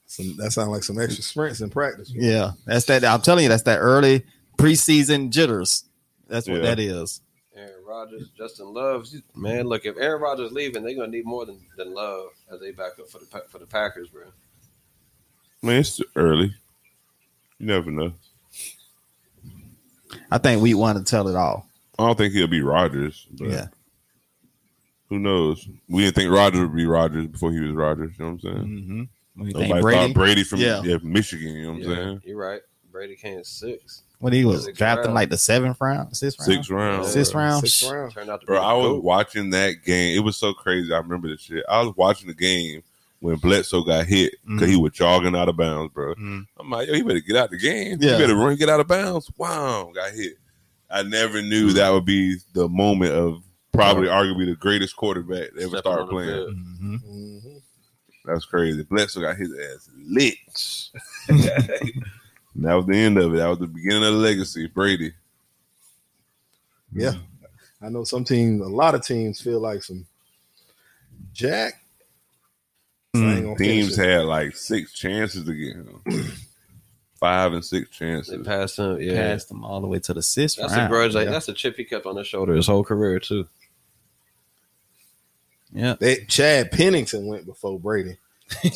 S5: Some, that sounds like some extra sprints in practice.
S1: Yeah, that's that. I'm telling you, that's that early preseason jitters. That's what
S4: Yeah.
S1: that is.
S3: Aaron Rodgers, Justin Love. Man, look, if Aaron Rodgers leaving, they're gonna need more than, than Love as they back up for the Pa- for the Packers, bro.
S4: Man, it's too early. You never know.
S1: I think we want to tell it all.
S4: I don't think he'll be Rodgers, but
S1: Yeah.
S4: who knows? We didn't think Rodgers would be Rodgers before he was Rodgers. You know what I'm saying?
S1: Mm-hmm. When you think
S4: Nobody
S1: Brady,
S4: thought Brady from
S1: Yeah.
S4: yeah. Michigan. You know what
S3: Yeah,
S4: I'm saying?
S3: You're right. Brady came six.
S1: when he was
S3: Six
S1: drafting
S3: round.
S1: like the seventh round, sixth round,
S4: Six rounds.
S1: Six rounds.
S5: Six rounds.
S3: Turned out to
S4: Bro,
S3: be
S4: I was
S3: cool.
S4: watching that game. It was so crazy. I remember this shit. I was watching the game when Bledsoe got hit because
S6: Mm-hmm.
S4: he was jogging out of bounds, bro.
S1: Mm.
S4: I'm like, yo, he better get out the game.
S1: Yeah.
S4: He better run, get out of bounds. Wow, got hit. I never knew that would be the moment of probably arguably the greatest quarterback to
S3: Stepping
S4: ever
S3: on
S4: start
S3: the
S4: playing.
S3: field.
S1: Mhm.
S5: Mhm.
S4: That's crazy. Bledsoe got his ass
S3: [laughs]
S4: lit. And that was the end of it. That was the beginning of the legacy. Brady.
S5: Yeah. I know some teams, a lot of teams feel like some Jack. So I ain't gonna finish
S4: Mm, Teams
S5: it.
S4: had like six chances to get him. Five and six
S3: They
S4: chances.
S3: passed him. Yeah,
S1: Passed him all the way to the sixth
S3: that's
S1: round.
S3: a grudge. Like
S1: yeah.
S3: that's a chip he kept on his shoulder his whole career too.
S1: yeah.
S5: They, Chad Pennington went before Brady.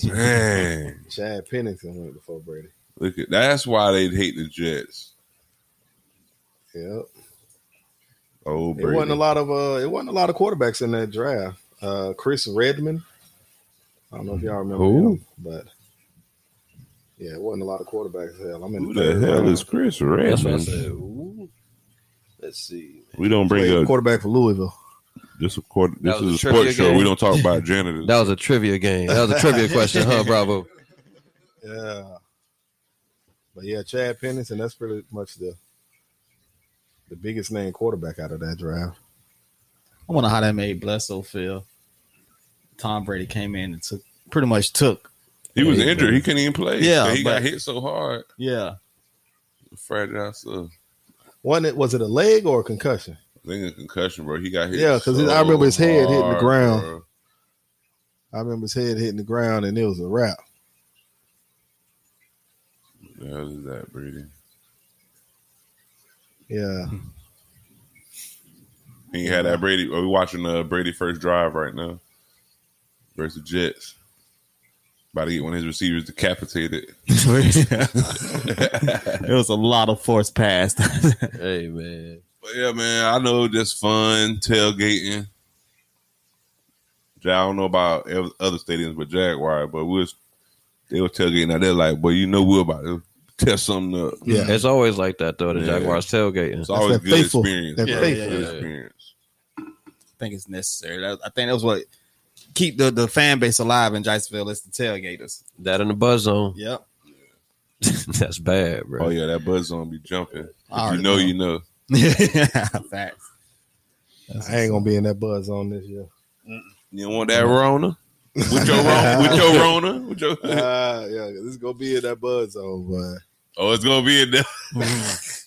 S4: Man.
S5: Chad Pennington went before Brady.
S4: Look at that's why they hate the Jets.
S5: Yep.
S4: Oh,
S5: It
S4: Brady.
S5: wasn't a lot of uh it wasn't a lot of quarterbacks in that draft. Uh Chris Redman. I don't know if y'all remember
S4: Who?
S5: him, but yeah, it wasn't a lot of quarterbacks. Hell, I'm in
S4: Who
S5: third
S4: the hell
S5: round.
S4: is Chris
S3: That's what I
S4: Redmond?
S3: said. Ooh. Let's
S4: [laughs]
S3: see.
S4: We don't
S5: Played
S4: bring up
S5: quarterback for Louisville?
S4: this. Is quarter, this
S3: That was
S4: is
S3: a
S4: a sports
S3: trivia
S4: show.
S3: game.
S4: We don't talk about
S3: [laughs]
S4: janitors.
S3: That was a trivia game. That was a trivia
S1: [laughs]
S3: question, huh, Bravo?
S5: Yeah, but yeah, Chad Pennington. That's pretty much the the biggest name quarterback out of that draft.
S1: I wonder how that made Blesso feel. Tom Brady came in and took pretty much took.
S4: he was
S1: Yeah,
S4: injured.
S1: but-
S4: He couldn't even play.
S1: Yeah,
S4: he
S1: but-
S4: got hit so hard.
S3: [laughs]
S1: Yeah, [laughs]
S4: Fragile stuff.
S5: Wasn't it? Was it a leg or a concussion?
S4: I think a concussion, bro. He got hit.
S5: Yeah, 'cause
S4: so
S5: I remember his head hitting the
S4: hard,
S5: ground.
S4: bro.
S5: I remember his head hitting the ground, and it was a wrap.
S4: What the hell is that, Brady?
S5: Yeah,
S4: He had that Brady. Are we watching uh, Brady first drive right now versus Jets? About to get one of his receivers decapitated. [laughs]
S1: it was a lot of force [laughs] passed.
S3: Hey man,
S4: But yeah, man, I know just fun tailgating. Ja- I don't know about ev- other stadiums, but Jaguar, but we was they were tailgating out there like, but you know we're about to test something up.
S5: yeah.
S3: it's always like that though. The
S4: Yeah.
S3: Jaguars tailgating.
S4: It's always
S5: that
S4: good
S5: faithful-
S4: experience.
S5: that
S4: bro.
S1: faithful.
S4: Good
S3: Yeah.
S4: experience.
S1: I think it's necessary. That, I think that was what keep the, the fan base alive in Jacksonville is the tailgaters.
S3: That in the
S1: [laughs]
S3: buzz zone.
S1: Yep.
S3: That's bad, bro.
S4: Oh yeah, that buzz zone be jumping. If
S1: I
S4: you know,
S1: already
S4: you know.
S1: yeah, [laughs] facts.
S5: I ain't gonna be in that buzz on this year.
S4: You don't want that Rona with your Rona, with your Rona. With your, [laughs]
S5: Ah, [laughs] yeah, this is gonna be in that buzz zone, but
S4: oh, it's gonna be in there.
S5: it's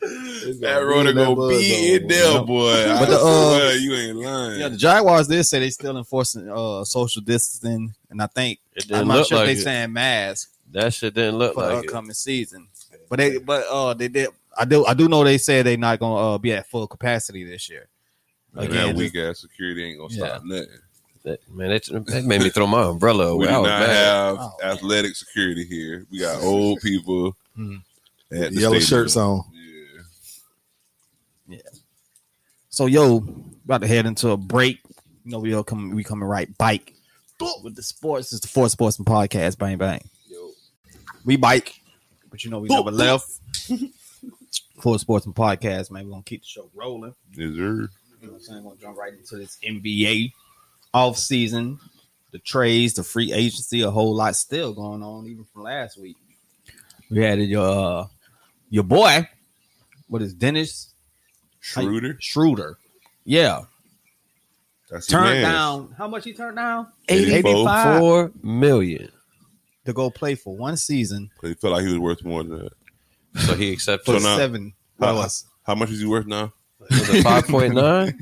S4: [laughs] That
S5: be
S4: Rona
S5: in that
S4: gonna
S5: buzz
S4: be
S5: zone,
S4: in there,
S5: boy.
S4: boy.
S1: But
S4: But
S1: the, uh,
S4: you ain't lying.
S1: Yeah, the Jaguars did say they still enforcing uh social distancing, and I think
S3: It didn't
S1: I'm not
S3: look
S1: sure
S3: like
S1: they
S3: it.
S1: saying mask
S3: that shit didn't look
S1: for the
S3: like it.
S1: upcoming season. But they, but uh, they did. I do, I do know they said they not gonna uh, be at full capacity this year.
S4: Man,
S1: Again,
S4: that weak ass security ain't gonna stop nothing.
S3: That, man, that, that made me throw my umbrella
S4: we
S3: away.
S4: do
S3: I Oh, was
S4: not
S3: mad.
S4: have
S1: Oh, man.
S4: athletic security here. We got old people
S1: Hmm.
S4: at the
S5: Yellow
S4: stadium.
S5: shirts on.
S4: Yeah.
S1: So yo, about to head into a break. You know we all coming, we coming right bike with the sports. It's the Four Sportsman Podcast. Bang bang. We bike, but you know we never left. Four Sportsman Podcast, man. We gonna keep the show rolling.
S4: Is there?
S1: You know what I'm saying? Gonna jump right into this NBA off season, the trades, the free agency, a whole lot still going on, even from last week. We had your uh, your boy, what is Dennis
S4: Schroeder?
S1: Schroeder? Yeah,
S4: That's his
S1: turned
S4: man.
S1: down. How much he turned down?
S4: 84.
S3: Four million.
S1: to go play for one season
S4: 'Cause He felt like he was worth more than that.
S3: So he accepted
S1: for
S4: So now-
S1: seven.
S4: How,
S1: dollars.
S4: how much is he worth now?
S3: was it five point nine.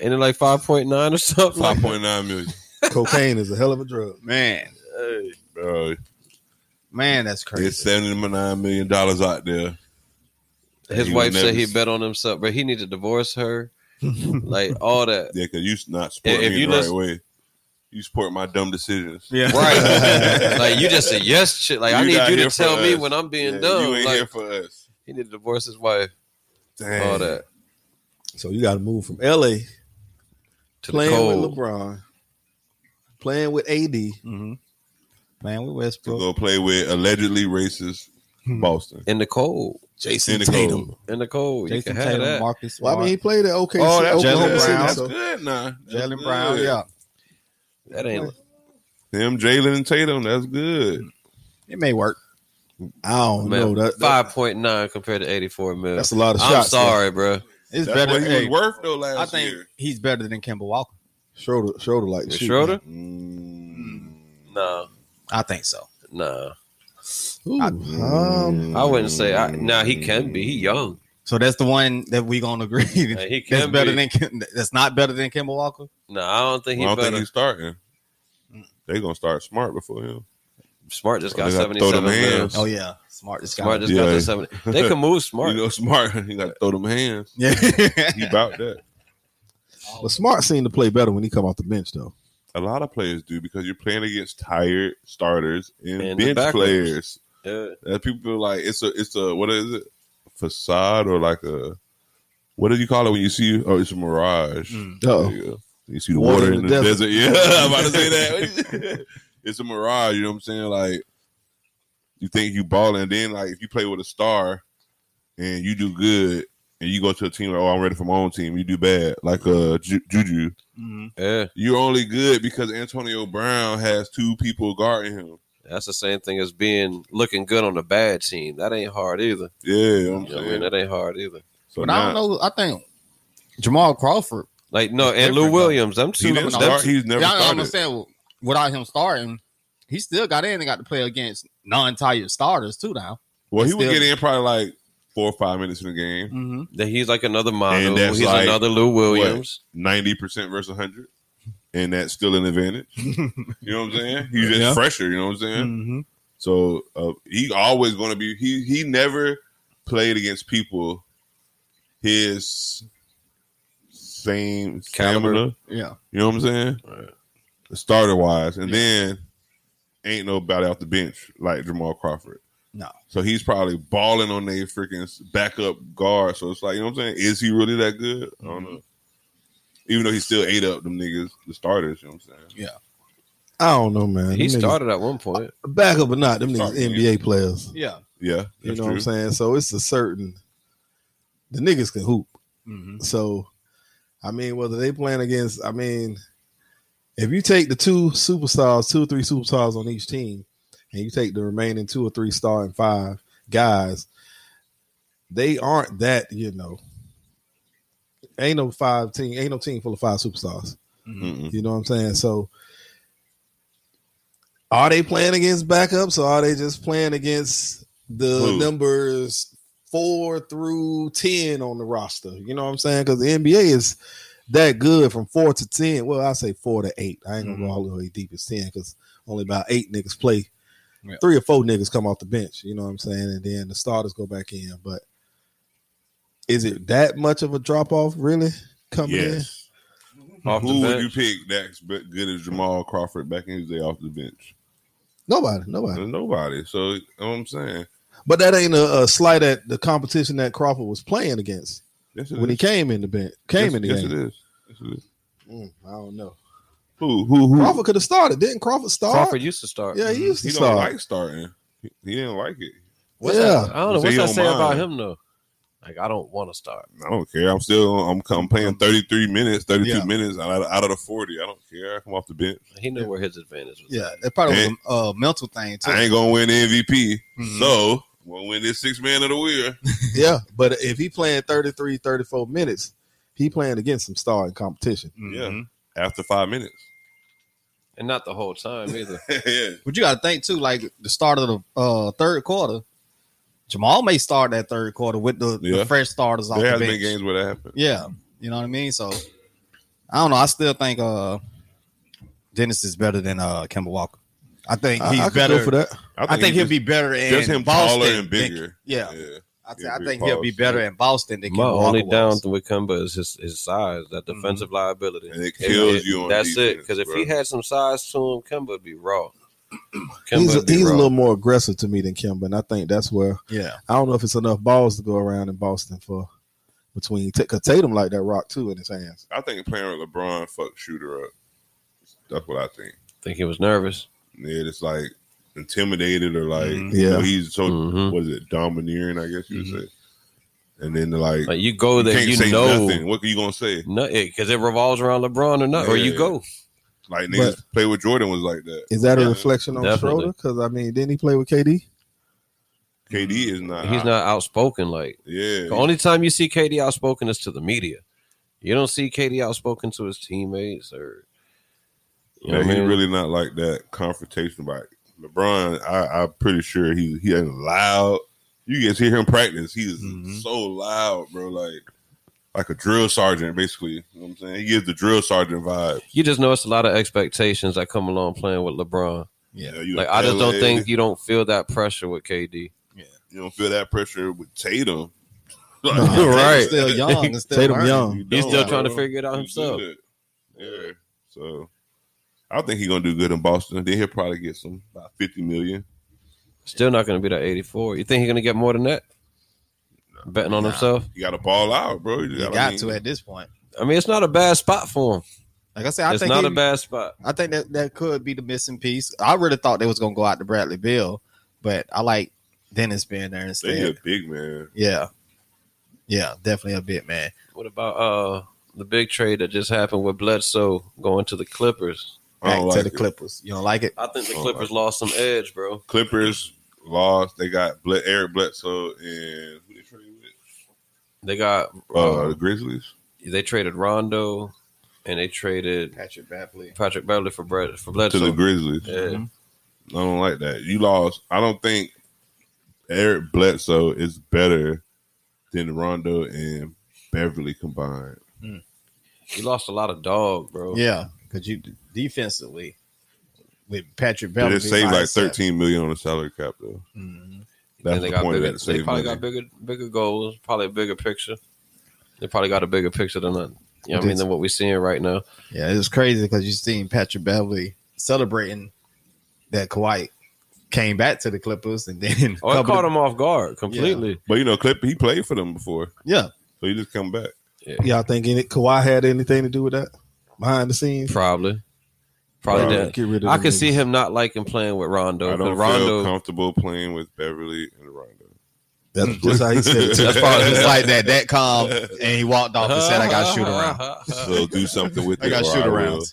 S3: and it like five point nine or something.
S4: Five
S3: Like,
S4: point nine million.
S5: Cocaine is a hell of a drug.
S1: man,
S3: hey,
S4: Bro,
S1: man, that's crazy.
S4: it's seventy nine million dollars out there.
S3: his
S4: You
S3: wife
S4: never
S3: said he
S4: s-
S3: bet on himself, but he need to divorce her. like all that.
S4: Yeah, because you not supporting
S3: If
S4: me
S3: you
S4: the
S3: listen-
S4: right way. You support my dumb decisions.
S1: yeah, [laughs]
S3: Right. like you just a yes shit. Like I
S4: You
S3: need
S4: not
S3: you
S4: here
S3: to
S4: for
S3: tell me
S4: us.
S3: when I'm being
S4: Yeah,
S3: dumb.
S4: You ain't
S3: Like
S4: here for us.
S3: he need to divorce his wife.
S4: Damn.
S3: All that.
S5: So you got to move from LA
S3: To the
S5: playing with
S3: cold.
S5: LeBron, playing with AD.
S1: mm-hmm. Man, we
S4: To
S1: Westbrook.
S4: go play with allegedly racist
S1: Hmm.
S4: Boston.
S3: In the cold.
S5: Jason
S4: In the
S5: Tatum.
S4: cold.
S3: In the cold. you
S1: Jason
S3: can have
S1: Taylor,
S3: that.
S1: Marcus.
S5: Well, I mean, he played at OKC,
S1: Oh, that's [laughs]
S5: Oklahoma
S1: Jalen
S5: City.
S1: Brown.
S5: so-
S4: That's good now. That's
S1: Jalen Brown.
S4: good.
S1: Yeah,
S3: That ain't
S4: Them Jalen and Tatum, that's good.
S1: it may work.
S5: I don't know.
S3: man,
S5: That, that-
S3: five point nine compared to eighty four million.
S5: that's a lot of
S3: I'm
S5: shots.
S3: sorry, bro.
S1: It's
S4: That's
S1: better.
S4: what he
S1: hey,
S4: was worth though
S1: I
S4: last
S1: think
S4: year.
S1: he's better than Kemba Walker.
S5: Schroeder, Schroeder like shoot,
S3: Schroeder?
S4: Mm.
S3: No,
S1: I think so.
S3: no.
S5: man. Ooh, um,
S3: I wouldn't say. I Nah, he can be. He young.
S1: So that's the one that we gonna agree. [laughs]
S3: Like, he
S1: that's
S3: can
S1: better
S3: be.
S1: than Kim, that's not better than Kemba Walker.
S3: No, I don't think
S4: I
S3: he
S4: don't
S3: better.
S4: think he's starting. They gonna start smart before him.
S3: Smart just
S4: They
S3: got
S4: gotta
S3: seventy
S4: throw
S3: seven
S4: them
S3: million.
S4: hands.
S1: Oh yeah, smart. This guy.
S3: Smart just got
S4: Yeah.
S3: to seventy. They can move smart.
S4: [laughs] You know, smart. He got to throw them hands.
S1: Yeah. [laughs]
S4: He about that.
S5: but Smart seemed to play better when he come off the bench though.
S4: A lot of players do because you're playing against tired starters and,
S3: And the
S4: bench
S3: backups.
S4: players.
S3: Yeah.
S4: That people feel like it's a it's a what is it facade or like a what do you call it when you see oh it's a mirage.
S1: Mm.
S5: Oh,
S4: Yeah. You see the water, in the, desert. Yeah, [laughs] I'm about to say that. [laughs] it's a mirage. You know what I'm saying? Like you think you balling, and then like if you play with a star and you do good, and you go to a team like, oh, I'm ready for my own team. You do bad, like uh, Ju- Juju. Mm-hmm.
S1: Mhm.
S3: Yeah.
S4: You're only good because Antonio Brown has two people guarding him.
S3: That's the same thing as being looking good on a bad team. That ain't hard either.
S4: Yeah, you know what I'm
S3: You know what I mean,
S4: saying.
S3: that ain't hard either.
S4: So
S1: But
S4: now,
S1: I don't know. I think Jamal Crawford.
S3: Like no,
S1: It's
S3: and Lou
S1: different, though.
S3: Williams. I'm
S4: He
S3: too.
S4: didn't
S1: no,
S4: start.
S3: That's,
S4: He's never
S1: yeah, I know what I'm
S4: started.
S1: saying. Well, Without him starting, he still got in and got to play against non-tired starters too. Now.
S4: Well, he
S1: He's
S4: would
S1: still-
S4: get in probably like four or five minutes in the game.
S1: Mm-hmm.
S3: that he's like another model.
S4: And that's
S3: He's
S4: like-
S3: another Lou Williams.
S4: ninety percent versus hundred, and that's still
S1: [laughs]
S4: an advantage. you know what I'm saying? He's just
S1: Yeah.
S4: fresher. You know what I'm saying?
S1: Mm-hmm.
S4: So uh, he always going to be. He he never played against people his same
S3: Caliber.
S4: stamina.
S1: Yeah.
S4: You know what I'm saying?
S3: Right.
S4: Starter wise, and then ain't nobody off the bench like Jamal Crawford.
S1: No.
S4: So he's probably balling on their freaking backup guard. So it's like, you know what I'm saying? Is he really that good? I
S3: Mm-hmm.
S4: don't know. Even though he still ate up them niggas, the starters, you know what I'm saying?
S5: I don't know, man.
S3: He
S5: Them niggas-
S3: started at one point.
S5: back up or not. Them niggas
S4: Starting, yeah.
S5: NBA players.
S1: Yeah.
S5: You
S4: Yeah. that's
S5: know what
S4: true.
S5: I'm saying? So it's a certain the niggas can hoop.
S1: Mm-hmm.
S5: So I mean, whether they playing against, I mean, if you take the two superstars, two or three superstars on each team, and you take the remaining two or three star and five guys, they aren't that, you know. Ain't no five team, ain't no team full of five superstars.
S4: Mm-mm.
S5: You know what I'm saying? So are they playing against backups or are they just playing against the
S4: Who?
S5: numbers four through ten on the roster? You know what I'm saying? Because the NBA is that good from four to ten. Well, I say four to eight. I ain't gonna
S4: Mm-hmm.
S1: Mhm.
S5: go all the way deep as ten because only about eight niggas play.
S1: Yeah.
S5: Three or four niggas come off the bench, you know what I'm saying? And then the starters go back in. But is it that much of a drop off really coming in?
S4: Yes.
S3: Off the
S4: Who would you
S3: bench.
S4: pick that's be- good as Jamal Crawford back in his day off the bench?
S5: Nobody, nobody.
S4: There's nobody. So, you know what I'm saying?
S5: But that ain't a, a slight at the competition that Crawford was playing against
S4: Yes, it
S5: when he
S4: is.
S5: came in the bench. Came
S4: yes,
S5: in the
S4: yes,
S5: game.
S4: it is. Yes, it is.
S5: Mm, I don't know.
S4: Who? Who? Who?
S5: Crawford could have started. Didn't Crawford start?
S3: Crawford used to start.
S5: yeah, he used to
S4: He don't
S5: start.
S4: mm-hmm. like starting. He, he didn't like it.
S3: What's
S5: yeah.
S3: that- I don't know.
S4: Say
S3: What's
S4: he
S3: that
S4: don't
S3: say about
S4: mind.
S3: him though? Like I don't want to start.
S4: I don't care. I'm still I'm, I'm playing 33 minutes, 32
S1: Yeah.
S4: minutes out of, out of the 40. I don't care. I come off the bench.
S3: He knew where his advantage was.
S1: Yeah. It probably
S4: Man.
S1: was a, a mental thing too.
S4: I ain't gonna win the MVP,
S1: Mhm.
S4: so I'm gonna win this six man of
S1: [laughs]
S4: the year.
S5: Yeah. But if he playing 33, 34 minutes, he playing against some starting competition.
S1: Mm-hmm.
S4: Yeah, after five minutes.
S3: and not the whole [laughs] time either.
S4: yeah,
S1: But you got to think too, like the start of the uh, third quarter, Jamal may start that third quarter with the,
S4: Yeah.
S1: the fresh starters off
S4: there
S1: the
S4: has been
S1: bench.
S4: games where that happened.
S1: Yeah, you know what I mean. So I don't know. I still think uh Dennis is better than uh Kemba Walker. I think
S5: I-
S1: he's
S5: I could
S1: better
S5: go for that.
S1: I think, he'll be better in
S4: just him
S1: Boston.
S4: taller
S1: than-
S4: and bigger.
S1: yeah,
S4: yeah.
S1: I, th-
S4: Yeah,
S1: I
S4: big
S1: think he'll be
S4: pause.
S1: better in Boston than Kemba
S3: My only
S1: Walker
S3: down
S1: was.
S3: to with Kemba is his, his size, that defensive liability.
S4: And it kills
S3: If-
S4: you on
S3: That's it.
S4: defense,
S3: Because if
S4: bro.
S3: he had some size to him, Kemba would be
S4: [clears throat]
S3: raw. Kemba
S5: He's, a,
S3: would be
S5: he's a
S3: raw.
S5: little more aggressive to me than Kimba, and I think that's where
S1: Yeah,
S5: I don't know if it's enough balls to go around in Boston for between t- 'cause Tatum like that rock too in his hands.
S4: I think playing with LeBron fuck shooter up. That's what I think.
S3: think he was nervous.
S4: Yeah, it's like intimidated or like
S1: Mhm.
S5: Yeah.
S4: you know, he's so
S3: Mhm.
S4: what is it domineering? I guess you would say. And then like,
S3: Like you go
S4: you
S3: there,
S4: can't
S3: you,
S4: say nothing.
S3: know,
S4: What are you gonna say?
S3: because it revolves around LeBron or not, or you
S4: Yeah. Uh-huh.
S3: go.
S4: Like niggas play with Jordan was like that.
S5: Is that
S4: Yeah.
S5: a reflection on
S3: Definitely.
S5: Schroeder? Because I mean, didn't he play with KD?
S4: KD is not.
S3: He's not outspoken. Like
S4: Yeah.
S3: the only time you see KD outspoken is to the media. You don't see KD outspoken to his teammates or. You know
S4: Yeah,
S3: what I
S4: he's
S3: mean?
S4: really not like that confrontation. Like LeBron, I, I'm pretty sure he he ain't loud. You guys hear him practice. He is
S3: Mm-hmm.
S1: Mhm.
S4: so loud, bro. Like like a drill sergeant, basically. You know what I'm saying? He gives the drill sergeant vibe.
S3: you just know it's a lot of expectations that come along playing with LeBron.
S1: Yeah.
S4: You know, you
S3: Like
S4: in
S3: I just don't
S4: LA,
S3: think you don't feel that pressure with KD.
S4: you don't feel that pressure with Tatum. [laughs]
S5: No,
S1: Tatum's
S3: Right.
S1: Still young. and still
S5: Tatum
S1: learning.
S5: young.
S4: You
S3: He's
S4: don't,
S3: still trying to
S4: bro.
S3: figure it out
S4: You
S3: himself.
S4: should. Yeah. So I think he's gonna do good in Boston. Then he'll probably get some about fifty million.
S3: Still not going to be that 84. You think he's going to get more than that? Betting on
S1: Nah.
S3: himself.
S4: You got to ball out, bro. You
S1: He
S4: gotta- I
S1: got
S4: mean,
S1: to at this point.
S3: I mean, it's not a bad spot for him.
S1: Like I said, I
S3: it's
S1: think
S3: not
S1: he-
S3: a bad spot.
S1: I think that that could be the missing piece. I really thought they was gonna go out to Bradley Bill, but I like Dennis being there
S4: They a
S1: instead.
S4: big man.
S1: Yeah, yeah, definitely a bit man.
S3: What about uh the big trade that just happened with Bledsoe going to the Clippers?
S4: I
S1: Back
S4: don't
S1: to
S4: Oh, like
S1: the
S4: it.
S1: Clippers. You don't like it?
S3: I think the
S4: Oh,
S3: Clippers lost some edge, bro.
S4: Clippers lost. They got Ble- Eric Bledsoe and who they traded with?
S3: They got
S4: Uh,
S3: uh,
S4: the Grizzlies.
S3: they traded Rondo and they traded
S1: Patrick Bapley.
S3: Patrick Beverly for Brad for
S4: To the
S3: Bledsoe.
S4: Grizzlies.
S3: Yeah.
S4: I don't like that. You lost. I don't think Eric Bledsoe is better than Rondo and Beverly combined.
S3: You lost a lot of dog, bro.
S1: Yeah, because you defensively with Patrick
S4: They
S1: Bapley.
S4: just saved like thirteen million on the salary cap though.
S1: Mm-hmm.
S4: That's
S3: And they
S4: the
S3: got
S4: point
S3: bigger,
S4: of that. to
S3: They
S4: Save
S3: probably
S4: money.
S3: got bigger, bigger goals, probably a bigger picture. They probably got a bigger picture than that. You know what I mean? Than what we're seeing right now.
S1: Yeah, it was crazy because you seen Patrick Beverly celebrating that Kawhi came back to the Clippers and then [laughs]
S3: Oh, I
S1: couple
S3: caught
S1: of-
S3: him off guard completely.
S4: but you know, Clip he played for them before,
S1: Yeah,
S4: so he just come back.
S5: Y'all think any Kawhi had anything to do with that behind the scenes?
S3: Probably, probably.
S4: Probably.
S3: did.
S5: Get rid of
S3: I
S5: them
S3: could see
S5: niggas.
S3: him not liking playing with Rondo.
S4: I
S3: 'cause
S4: don't feel
S3: Rondo,
S4: comfortable playing with Beverly and Rondo.
S5: That's just how he said
S4: [laughs]
S5: it.
S1: that's probably
S3: [laughs]
S1: just like that. That calm and he walked off and said, "I got shoot
S3: [laughs]
S1: around.
S4: So do something with
S1: I
S4: it.
S1: got
S4: or
S1: shoot
S4: will.
S1: around."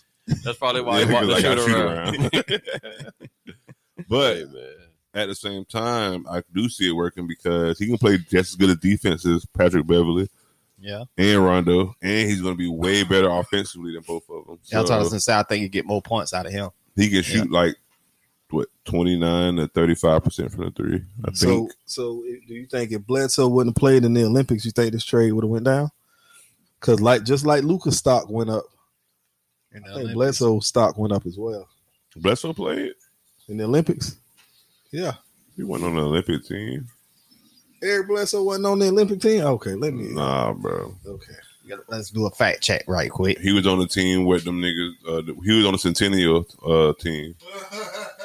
S3: That's probably why
S4: Yeah,
S3: he walked the
S4: because I
S3: shoot
S4: got
S3: around.
S4: shoot
S3: [laughs]
S4: around. but
S3: Hey, man.
S4: at the same time, I do see it working because he can play just as good a defense as Patrick Beverly
S1: Yeah,
S4: and Rondo, and he's going to be way better offensively than both of them.
S1: yeah. I'm trying
S4: So
S1: to say, I think you get more points out of
S3: [laughs]
S1: him.
S4: he can shoot like what twenty nine to thirty five percent from the three. I
S5: [laughs]
S4: think.
S5: So, so if- do you think if Bledsoe wouldn't have played in the Olympics, you think this trade would have went down? Because like just like Luca's stock went up,
S1: You know,
S5: I think Bledsoe's stock went up as well
S4: Bledsoe played.
S5: in the Olympics. Yeah,
S4: He wasn't on the Olympic team.
S5: Eric Bledsoe wasn't on the Olympic team. Okay, let me.
S4: Nah, bro.
S5: Okay,
S1: Let's do a fact check right quick.
S4: He was on the team with them niggas. Uh, he was on the Centennial uh, team.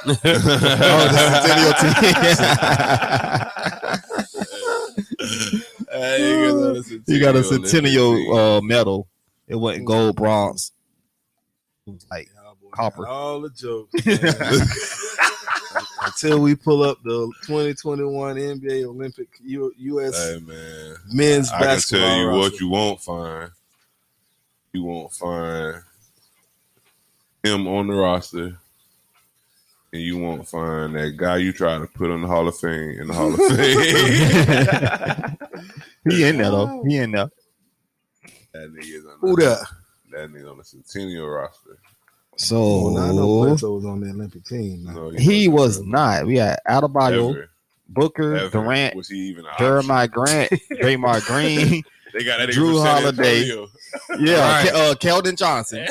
S3: [laughs]
S1: [laughs] you got a centennial uh, medal. It wasn't gold,
S3: [laughs]
S1: bronze. [laughs] It was like Copper.
S5: All the [laughs] jokes. man. Until we pull up the 2021 NBA Olympic U- U.S.
S4: Hey man,
S5: men's
S4: I can
S5: basketball.
S4: tell you
S5: roster.
S4: what you won't find. You won't find him on the roster, and you won't find that guy you try to put on the Hall of Fame in
S5: [laughs]
S4: the Hall of Fame. [laughs]
S1: he in there though. He in there.
S4: that nigga's on
S5: Who that?
S4: That nigga on the Centennial roster.
S5: Oh, I know
S1: So
S5: Bledsoe was on the Olympic team. man.
S4: No,
S1: he was not. We had Adebayo,
S4: Ever.
S1: Booker,
S4: Ever.
S1: Durant,
S4: Was he even an option?
S1: Jeremiah Grant, Draymond [laughs] Green.
S4: They got that nigga
S1: Drew
S4: from San
S1: Holiday.
S4: Antonio.
S1: Yeah,
S3: Right.
S1: Ke- uh, Keldon Johnson.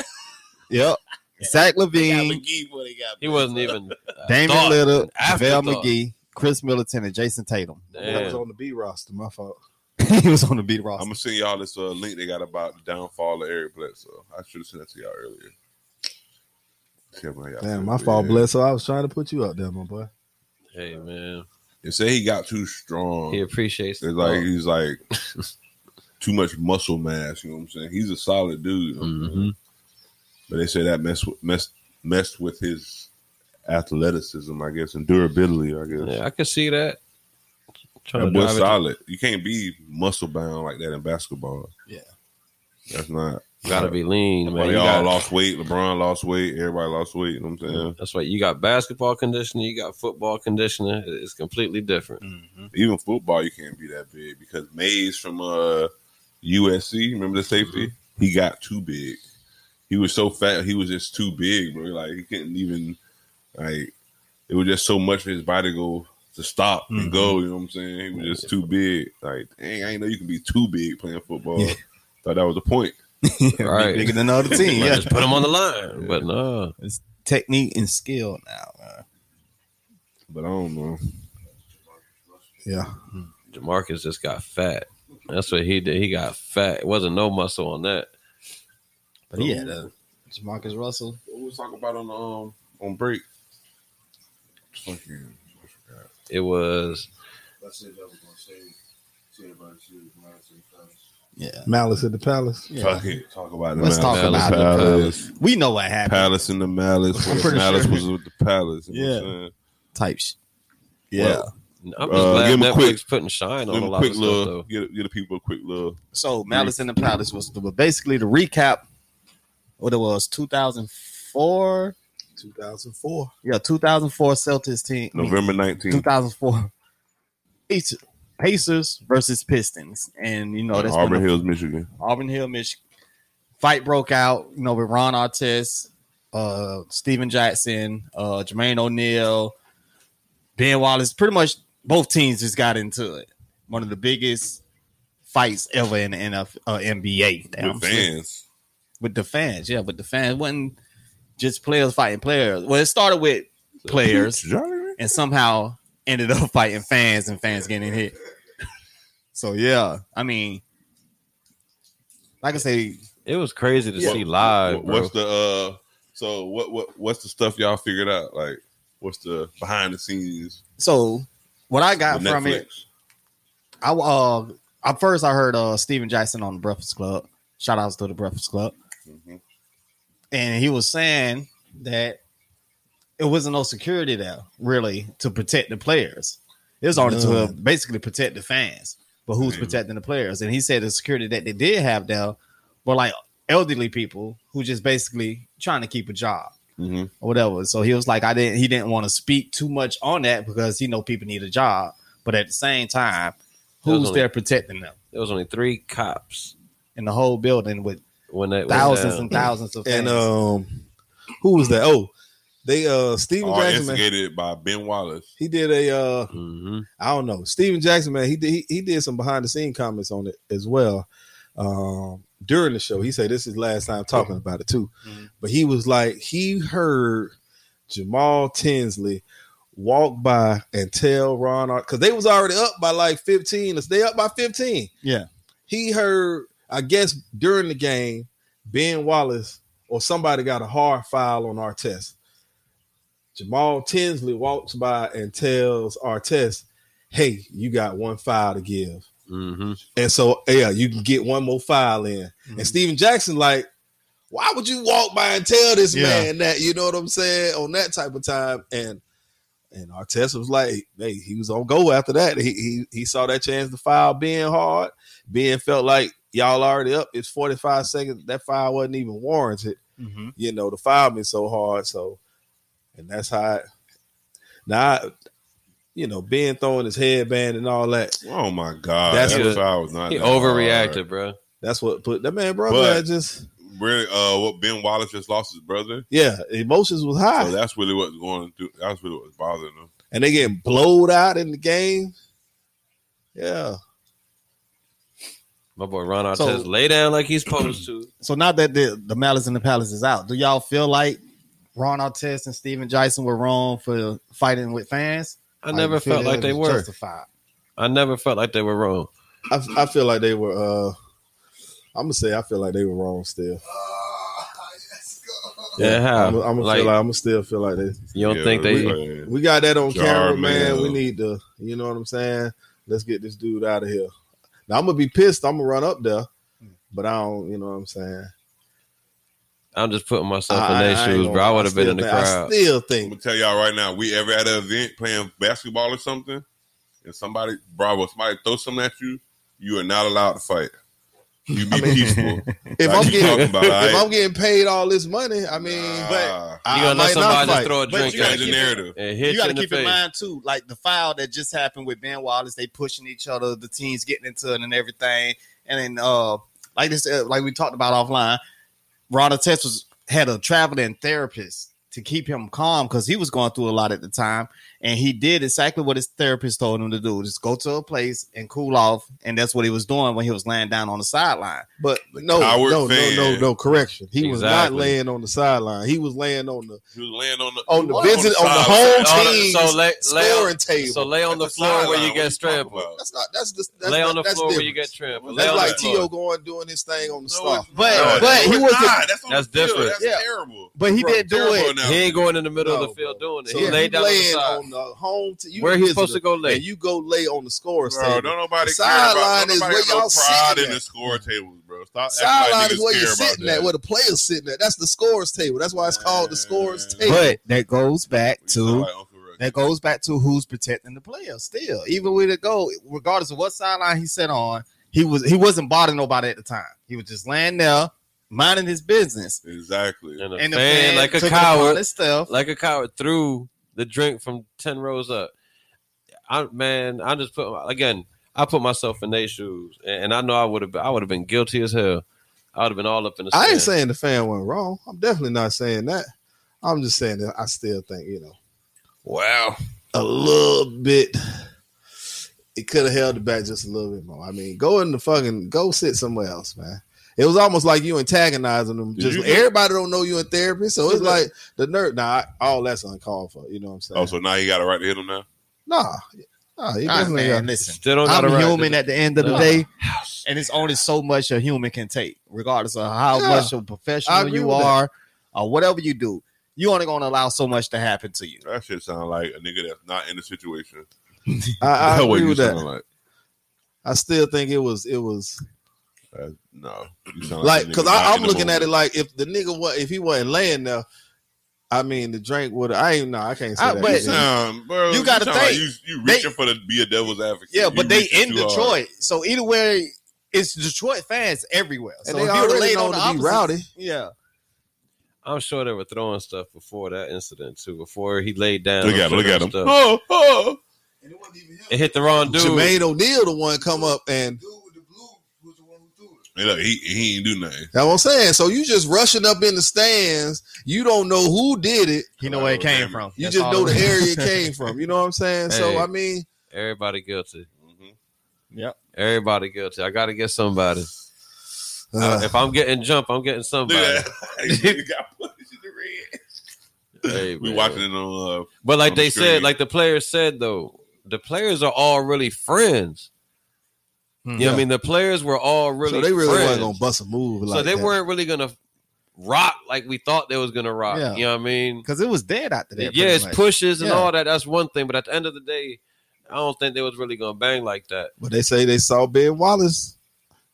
S1: Yep. Zach
S4: They got
S1: Levine,
S4: McGee before they got
S3: He wasn't even.
S1: [laughs]
S3: a
S1: Damian
S3: thought,
S1: Lillard,
S3: an
S1: JaVale
S3: afterthought.
S1: McGee, Chris Middleton, and Jason Tatum. [laughs]
S5: That was
S3: Damn.
S5: on the B roster. My fault.
S1: he was on the beat
S4: I'm
S1: roster.
S4: gonna send y'all this uh, link they got about the downfall of Eric Bledsoe. I should have sent that to y'all earlier. Can't believe y'all
S5: Damn,
S4: said
S5: my
S4: that.
S5: fault, bless. So I was trying to put you up there, my boy.
S3: Hey man,
S4: They say he got too strong.
S3: he appreciates. the
S4: It's like
S3: thought. [laughs]
S4: he's like too much muscle mass. You know what I'm saying? He's a solid dude,
S3: Mhm.
S4: but they say that mess with, mess messed with his athleticism, I guess, and durability. I guess.
S3: Yeah, I can see that. Trying
S4: That
S3: to
S4: boy
S3: drive it to-
S4: solid. You can't be muscle bound like that in basketball.
S5: Yeah.
S4: That's not.
S3: gotta be lean, man.
S4: Well,
S3: You
S4: they all
S3: got- Mm-hmm.
S4: lost weight. LeBron lost weight. Everybody lost weight. You know what I'm saying?
S3: That's right. You got basketball conditioning. You got football conditioning. It's completely different.
S1: Mm-hmm.
S4: Even football, you can't be that big because Mays from uh, USC, remember the safety?
S2: Mm-hmm.
S4: He got too big. He was so fat. He was just too big, bro. Like he couldn't even like. It was just so much for his body to go to stop and
S2: Mm-hmm.
S4: go. You know what I'm saying? He was just too big. Like, dang, I ain't know you can be too big playing football.
S5: Yeah.
S4: Thought that was the point.
S1: [laughs]
S3: Right.
S1: Bigger than the other team. [laughs]
S3: Like,
S1: Yeah.
S3: Just put him on the
S4: [laughs]
S3: line. But no,
S1: It's technique and skill now. man.
S4: But I don't know.
S5: Yeah.
S3: Jamarcus just got fat. That's what he did. He got fat. It wasn't no muscle on that.
S1: But he had a Jamarcus Russell.
S4: What we talk about on the, um on break? Fucking. I forgot.
S3: It was
S2: That's it. That was gonna say. See everybody. See the
S1: Yeah.
S5: Malice at the Palace.
S1: Yeah.
S4: Fuck it. Talk about the
S1: Let's talk
S4: malice.
S1: about
S3: the
S4: palace.
S1: We know what happened.
S4: Palace and the malice.
S1: [laughs] I'm
S4: When the
S1: pretty
S4: malice
S1: sure.
S4: was with the palace. You know
S1: Yeah.
S4: what I'm saying?
S1: Type shit.
S4: Yeah.
S3: I'm just
S4: Uh,
S3: glad
S4: give him a
S3: Netflix
S4: quick-
S3: putting shine
S4: Give
S3: on a
S4: 'em a
S3: lot
S4: quick
S3: of
S4: little.
S3: stuff though.
S4: Get, get the people a quick little.
S1: So Malice in the Palace was the, basically the recap. What it was, 2004.
S5: 2004.
S1: Yeah, 2004 Celtics team. I mean,
S4: November 19th.
S1: 2004 Pac- Pacers versus Pistons, and you know that's been
S4: Auburn
S1: a-
S4: Hills, Michigan.
S1: Auburn Hill, Michigan. Fight broke out, you know, with Ron Artest, uh, Steven Jackson, uh, Jermaine O'Neal, Ben Wallace. Pretty much both teams just got into it. One of the biggest fights ever in the NF, uh, NBA. Damn,
S4: With fans.
S1: with the fans, yeah, with the fans. wasn't just players fighting players. Well, it started with
S4: [laughs]
S1: players
S4: Jolly,
S1: and somehow ended up [laughs] fighting fans and fans getting hit. So yeah, I mean, like I say,
S3: It was crazy to
S4: What-
S3: see live,
S4: what-
S3: bro.
S4: What's the uh? So what what what's the stuff y'all figured out? Like what's the behind the scenes?
S1: so what I got
S4: with
S1: from it,
S4: Netflix?
S1: I uh, at first I heard uh Steven Jackson on the Breakfast Club. Shout outs to the Breakfast Club,
S3: Mm-hmm.
S4: Mhm.
S1: and he was saying that it wasn't no security there really to protect the players. It was only to uh,
S5: None.
S1: basically protect the fans, but who's
S4: Mhm.
S1: protecting the players? And he said the security that they did have there were like elderly people who just basically trying to keep a job.
S4: Mhm.
S1: or whatever. So he was like, I didn't. He didn't want to speak too much on that because he know people need a job. But at the same time,
S3: Those
S1: who's
S3: only-
S1: there protecting them
S3: There was only three cops
S1: in the whole building with
S3: when that
S1: thousands
S3: went
S1: and
S3: down.
S1: thousands of
S5: And
S1: fans?
S5: um, who was that? Oh, they uh Steven
S4: All
S5: Jackson. Man,
S4: Oh, instigated by Ben Wallace.
S5: he did a uh
S3: Mhm.
S5: I don't know. Steven Jackson, man, he did he, he did some behind the scene comments on it as well. Um during the show. He said this is last time talking about it too.
S1: Mhm.
S5: But he was like, he heard Jamal Tinsley walk by and tell Ron because they was already up by like 15. They up by 15.
S1: Yeah.
S5: He heard, I guess during the game, Ben Wallace or somebody got a hard foul on Artest. Jamal Tinsley walks by and tells Artest, hey, you got one foul to give.
S3: Mhm.
S5: And so, yeah, you can get one more file in.
S1: Mhm.
S6: Mm-hmm.
S5: And Steven Jackson, like, why would you walk by and tell this
S1: Yeah.
S5: man that? You know what I'm saying? On that type of time. And and Artest was like, hey, he was on go after that. He he, he saw that chance to foul being hard. Being felt like y'all already up. It's 45 seconds. That foul wasn't even warranted.
S1: Mhm.
S5: You know, the foul been so hard. So, and that's how it, now, I- you know, being throwing his headband and all that.
S4: Oh my god,
S5: That's
S4: that's that
S3: what-
S4: foul was not
S3: He
S4: that hard.
S3: overreacted, bro.
S5: That's what put that man, brother.
S4: But-
S5: I just
S4: Really, uh, what Ben Wallace just lost his brother.
S5: yeah, emotions was high.
S4: So that's really what's going through. That's really what's bothering them.
S5: and they getting blowed out in the game. Yeah.
S3: My boy Ron Artest
S1: So-
S3: lay down like he's supposed to.
S1: So now that the, the malice in the palace is out, do y'all feel like Ron Artest and Steven Jackson were wrong for fighting with fans?
S3: I
S1: Like,
S3: never
S1: you feel
S3: felt
S1: that
S3: like
S1: it
S3: they
S1: was
S3: were.
S1: justified.
S3: I never felt like they were wrong.
S5: I, I feel like they were uh I'm gonna say I feel like they were wrong still.
S2: Ah, let's go.
S3: Yeah, how?
S5: I'm, gonna
S3: like
S5: feel like I'm gonna still feel like they
S3: you don't think they?
S5: we got that on
S4: Jar
S5: camera, man.
S4: Mail.
S5: We need to, you know what I'm saying? Let's get this dude out of here. Now I'm gonna be pissed. I'm gonna run up there, but I don't, you know what I'm saying?
S3: I'm just putting myself
S5: I,
S3: in their
S5: I- I ain't
S3: shoes,
S5: gonna-
S3: bro. I would have been
S5: still
S3: in the
S5: think-
S3: crowd.
S5: I still
S4: I'm
S5: think
S4: gonna tell y'all right now, we ever at an event playing basketball or something, and somebody, bravo, somebody throw something at you, you are not allowed to fight.
S5: [laughs]
S4: You be peaceful.
S5: if
S4: Like
S5: I'm
S4: you
S5: getting
S4: talking about,
S5: if
S4: all
S5: I'm
S4: right?
S5: getting paid all this money, I mean, but
S4: Nah,
S5: I,
S3: you
S5: I
S3: gonna let
S5: might not
S3: somebody just
S5: fight.
S3: throw a
S1: But
S3: drink
S1: you gotta
S3: at
S1: keep
S4: change the
S1: it-
S3: you
S4: narrative.
S3: and hit
S1: you
S3: you
S1: got
S3: in
S1: to
S3: the
S1: keep in
S3: face?
S1: mind too, like the foul that just happened with Ben Wallace. They pushing each other, the teams getting into it and everything. And then, uh, like this, uh, like we talked about offline, Ron Artest was had a traveling therapist to keep him calm because he was going through a lot at the time, and he did exactly what his therapist told him to do: just go to a place and cool off. And that's what he was doing when he was laying down on the sideline.
S5: But no,
S4: coward
S5: no,
S4: fan.
S5: no, no, no. Correction. He was not
S3: Exactly.
S5: laying on the sideline. He was laying on the
S4: you laying on the
S5: on the
S4: you
S5: visit on the
S4: sideline.
S5: whole
S3: Oh,
S5: team's
S3: so lay, lay on,
S5: scoring table.
S3: so lay on the
S4: That's
S3: floor where
S4: sideline.
S3: you
S4: What
S3: get
S4: talking
S3: trampled.
S4: about?
S5: that's not that's just that's,
S3: Lay on the
S5: that's
S3: floor where you get
S5: different.
S3: trampled. Lay
S5: That's
S3: on
S5: like
S3: the floor.
S5: T.O. going doing his thing on the
S4: No,
S5: star.
S4: it's
S1: But-
S4: not.
S1: but he
S4: No, it's
S1: wasn't-
S4: not. That's, on
S3: That's
S4: the field.
S3: different.
S4: That's
S1: Yeah.
S4: terrible.
S1: But he
S5: Bro,
S1: didn't do
S4: terrible
S1: it.
S4: now.
S3: He ain't going in the middle of the
S5: No,
S3: field doing it.
S5: So
S3: he
S5: if
S3: laid
S5: you
S3: down on the
S5: laying
S3: side.
S5: on the home. T- you
S3: Where he
S5: visitor,
S3: supposed to go lay?
S5: And you go lay on the scorer's
S4: Bro,
S5: table.
S4: don't nobody
S5: The
S4: care about
S5: sideline is
S4: nobody
S5: where
S4: got no
S5: y'all
S4: pride
S5: sitting
S4: in the
S5: at.
S4: score tables, bro. Stop acting like
S5: Sideline is
S4: niggas
S5: where you're
S4: care about
S5: sitting
S4: that.
S5: at, where the player's sitting at. That's the scorer's table. That's why it's called the scorer's
S4: But-
S5: table.
S1: But that goes back
S4: You sound
S1: to
S4: like Uncle Rick.
S1: that goes back to who's protecting the player still even with a goal regardless of what sideline he sat on he was he wasn't bothering nobody at the time he was just laying there minding his business
S4: Exactly.
S3: And a
S1: and the
S3: fan,
S1: fan
S3: like a
S1: took it upon
S3: coward,
S1: himself.
S3: like a coward, threw the drink from ten rows up. I man, I just put again. I put myself in their shoes, and, and I know I would have. I would have been guilty as hell. I would have been all up in the.
S5: I ain't
S3: stands.
S5: saying the fan went wrong. I'm definitely not saying that. I'm just saying that I still think you know
S4: Wow.
S5: a little bit. It could have held it back just a little bit more. I mean, go in the fucking go sit somewhere else, man. It was almost like you antagonizing them.
S4: Did
S5: Just
S4: you-
S5: everybody don't know you in therapy, so it's like the nerd. Nah, all that's uncalled for. You know what I'm saying?
S4: Oh, so now you got a right to hit him now?
S5: nah, nah, you
S1: Nah,
S5: definitely
S1: man,
S5: got-
S1: listen
S3: still don't got
S1: i'm
S3: a right.
S1: human at the end of the
S3: Nah.
S1: day and it's only so much a human can take regardless of how
S5: Yeah.
S1: much of a
S5: I
S1: professional
S5: agree
S1: you
S5: with that.
S1: are or whatever you do you only gonna allow so much to happen to you
S4: That shit sound like a nigga that's not in the situation.
S5: I, I
S4: That what
S5: agree
S4: you
S5: with that.
S4: sound like.
S5: I still think it was it was
S4: That- no. You sound
S5: like
S4: a nigga
S5: because
S4: not
S5: I'm
S4: in the
S5: looking at it
S4: moment.
S5: like if the nigga wa if he wasn't laying there, I mean the drink would I ain't no I can't say
S1: I-
S5: that.
S1: but-
S4: You sound, bro,
S1: You gotta
S4: sound like
S1: think.
S4: you, you
S1: They-
S4: reaching for the be a devil's advocate.
S1: yeah
S4: You
S1: but they
S4: reaching uh,
S1: in
S4: too hard.
S1: detroit so either way it's detroit fans everywhere so
S5: and they
S1: if you
S5: already
S1: relate
S5: know
S1: on the
S5: to be
S1: opposite,
S5: rowdy.
S1: yeah
S3: I'm sure they were throwing stuff before that incident too. Before he laid down,
S4: Look
S3: I'm
S4: at him.
S3: sure
S4: Look
S3: they
S4: at
S3: were
S4: him.
S3: stuff.
S4: Oh, [laughs] oh.
S2: And it wasn't even him.
S3: It hit the wrong dude.
S5: Jermaine O'Neal, the one come up
S2: The
S5: and
S2: dude with the blue was the one who threw it.
S4: And look, he, he ain't do nothing.
S5: that's what I'm saying. So you just rushing up in the stands. You don't know who did it.
S1: You know where it came from.
S5: You
S1: That's
S5: just
S1: all
S5: know
S1: it
S5: the
S1: is.
S3: [laughs]
S5: area it came from. You know what I'm saying?
S3: Hey.
S5: So I mean,
S3: Everybody guilty.
S4: Mhm.
S3: Everybody guilty. I gotta get somebody.
S5: uh,
S3: if I'm getting jump, I'm getting
S4: [laughs] Look
S3: somebody.
S4: at that. [laughs] He got punched in the red.
S3: Hey,
S4: We [laughs]
S3: man.
S4: watching it on uh,
S3: But like
S4: on
S3: they
S4: the
S3: said,
S4: screen.
S3: like the players said though, the players are all really friends. You know what
S5: Yeah.
S3: I mean? The players were all really
S5: so they really
S3: friends.
S5: wasn't gonna bust a move. Like
S3: so they
S5: that.
S3: weren't really gonna rock like we thought they was gonna rock.
S1: Yeah.
S3: You know what I mean?
S1: because it was dead after that.
S3: yeah,
S1: pretty
S3: it's
S1: much.
S3: pushes and
S1: Yeah.
S3: all that. That's one thing. But at the end of the day, I don't think they was really gonna bang like that.
S5: But they say they saw Ben Wallace.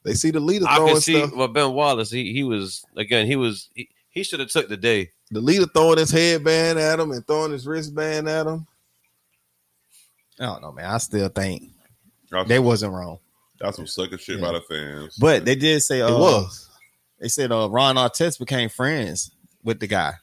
S5: They see the leader
S3: I
S5: throwing
S3: can see
S5: stuff.
S3: well Ben Wallace, he he was again, he was he, he should have took the day.
S5: The leader throwing his headband at him and throwing his wristband at him.
S1: I don't know, man. I still think
S4: That's-
S1: they wasn't wrong,
S4: That's some sucker shit
S1: Yeah.
S4: by the fans.
S1: but they did say uh,
S5: It was.
S1: They said uh, Ron Artest became friends with the guy.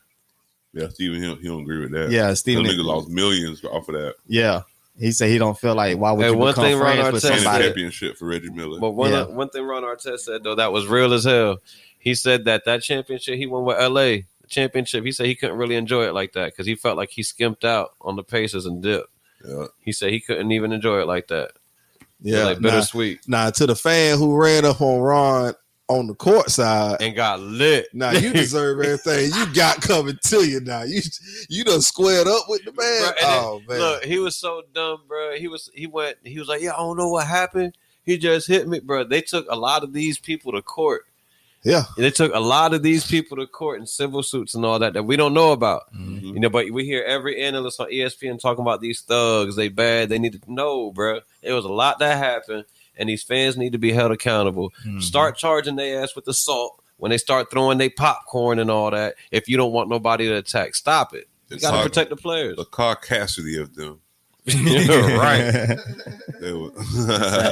S4: yeah, Steven, he don't, he don't agree with
S1: Yeah,
S4: that. Them
S1: Steven.
S4: nigga lost millions off of that.
S1: Yeah, he said he don't feel like why would
S3: Hey,
S1: you
S3: one
S1: become
S3: thing Ron
S1: friends with
S3: Artest
S4: And a
S1: somebody?
S3: said-
S4: championship for Reggie Miller.
S3: But one
S1: Yeah.
S3: one thing Ron Artest said though that was real as hell. He said that that championship he won with LA the championship. He said he couldn't really enjoy it like that because he felt like he skimped out on the paces and dipped.
S4: Yeah.
S3: He said he couldn't even enjoy it like that.
S5: Yeah,
S3: like
S5: nah,
S3: bittersweet
S5: nah, to the fan who ran up on Ron on the court side.
S3: and got lit.
S5: Now
S3: [laughs]
S5: you deserve everything you got coming to you. Now you you done squared up with the man.
S3: Bruh, and
S5: oh man,
S3: Look, he was so dumb, bro. He was he went he was like, yeah, I don't know what happened. He just hit me, bro. They took a lot of these people to court.
S5: Yeah.
S3: they took a lot of these people to court in civil suits and all that that we don't know about. You know, but we hear every analyst on E ESPN talking about these thugs. They bad. They need to know, bro. It was a lot that happened, and these fans need to be held accountable.
S1: Hmm.
S6: Mm-hmm.
S3: Start charging their ass with assault when they start throwing their popcorn and all that. If you don't want nobody to attack, stop it. You
S4: It's
S3: got to
S4: hard-
S3: protect the players.
S4: the carcassity of them.
S3: right.
S4: They were-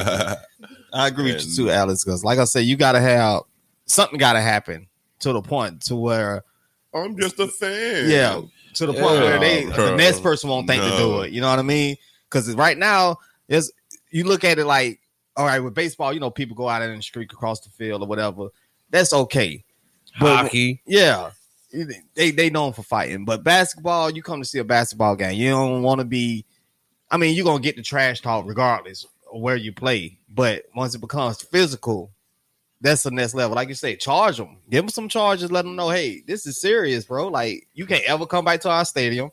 S1: I agree with
S4: And-
S1: you too, Alex. Because like I said, you gotta have something. Got to happen to the point to where
S4: [laughs] I'm just a fan.
S1: Yeah. to the point
S3: Yeah,
S1: where they
S4: bro.
S1: the next person won't think to do
S4: No.
S1: it. You know what I mean? Because right now, it's you look at it like all right with baseball. You know, people go out in the street [laughs] across the field or whatever. That's okay. But
S3: Hockey.
S1: Yeah. They they known for fighting, but basketball, you come to see a basketball game. You don't want to be I mean, you're gonna get the trash talk regardless of where you play. But once it becomes physical, that's the next level. Like you say, charge them, give them some charges, let them know, hey, this is serious, bro. Like you can't ever come back to our stadium.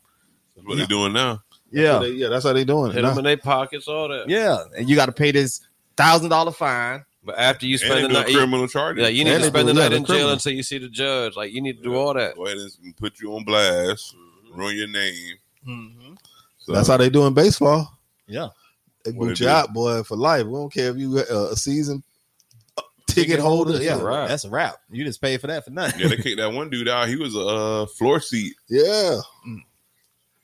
S4: That's what they're doing now.
S5: yeah, yeah, that's how they doing
S3: Hit
S5: it.
S3: them
S5: Nah.
S3: in their pockets, all that.
S1: yeah, and you got to pay this thousand dollar fine.
S3: But after you
S4: And
S3: spend
S4: they
S3: the
S4: doing
S3: night, you,
S4: criminal charges.
S3: yeah, you need
S5: And
S3: to
S5: they
S3: spend the
S5: do, yeah,
S3: night
S5: the
S3: in jail
S5: criminal.
S3: until you see the judge. Like you need to do all that.
S4: Go ahead and put you on blast,
S3: Mm-hmm.
S4: ruin your name. So,
S5: That's how they doing baseball.
S1: Yeah.
S5: They
S4: What
S5: boot
S4: they
S5: you
S4: do.
S5: out, boy, for life. We don't care if you uh, a season ticket holder.
S1: Yeah,
S5: Yeah,
S3: right.
S1: that's a wrap. You just paid for that for nothing.
S4: yeah, they kicked that one dude out. He was a uh, floor seat.
S5: Yeah.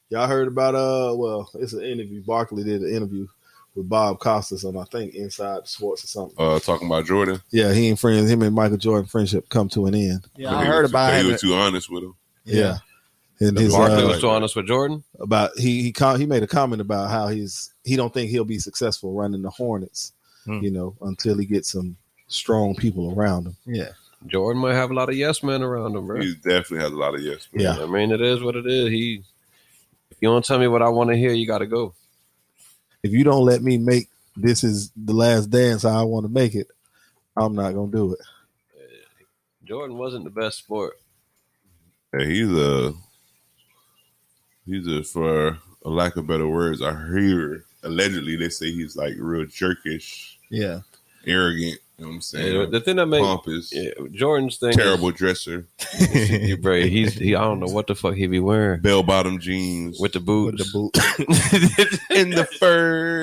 S5: Y'all heard about uh well, it's an interview. Barkley did an interview with Bob Costas on I think Inside Sports or something.
S4: Uh, talking about Jordan.
S5: Yeah, he and friends him and Michael Jordan friendship come to an end.
S1: Yeah, I
S4: He
S1: heard
S4: was-
S1: about
S4: He
S1: it.
S4: was too honest with him.
S5: Yeah. And
S4: The
S5: his
S3: Barkley
S5: uh,
S3: was too honest with Jordan.
S5: about he he com- he made a comment about how he's he don't think he'll be successful running the Hornets,
S1: Hmm.
S5: you know, until he gets some strong people around him.
S1: Yeah.
S3: Jordan might have a lot of yes men around him, bro.
S4: He definitely has a lot of yes.
S5: Yeah.
S3: I mean, it is what it is. He, if you don't tell me what I want to hear, you got to go.
S5: If you don't let me make this is the last dance how I want to make it, I'm not gonna do it.
S3: Jordan wasn't the best sport.
S4: Yeah, he's a he's a for a lack of better words. I hear allegedly they say he's like real jerkish,
S1: Yeah.
S4: arrogant. You know what I'm
S3: Yeah,
S4: saying?
S3: the thing that made
S4: Pompous,
S3: yeah, Jordan's thing is-
S4: terrible dresser,
S3: Yeah, bro, he's he. I don't know what the fuck he be wearing
S4: bell bottom jeans [laughs]
S3: with the boots.
S5: boot.
S4: in the fur.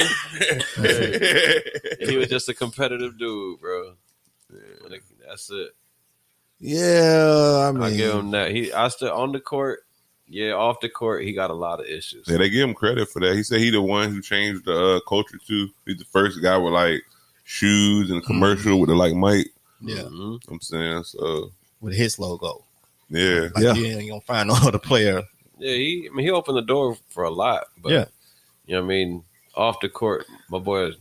S3: he was just a competitive dude, bro. Like, That's it.
S5: Yeah, I mean,
S3: I give him that. He, I still on the court. Yeah, off the court, he got a lot of issues.
S4: Yeah, they give him credit for that. He said he the one who changed the uh, culture too. He's the first guy with like shoes and a commercial with the like mic.
S1: Yeah.
S3: Mhm.
S4: I'm saying so.
S1: With his logo.
S4: Yeah,
S1: Like
S5: Yeah.
S1: you ain't gonna find no other player.
S3: yeah. He, I mean, he opened the door for a lot. But,
S1: Yeah.
S3: you know what I mean. Off the court, my boy,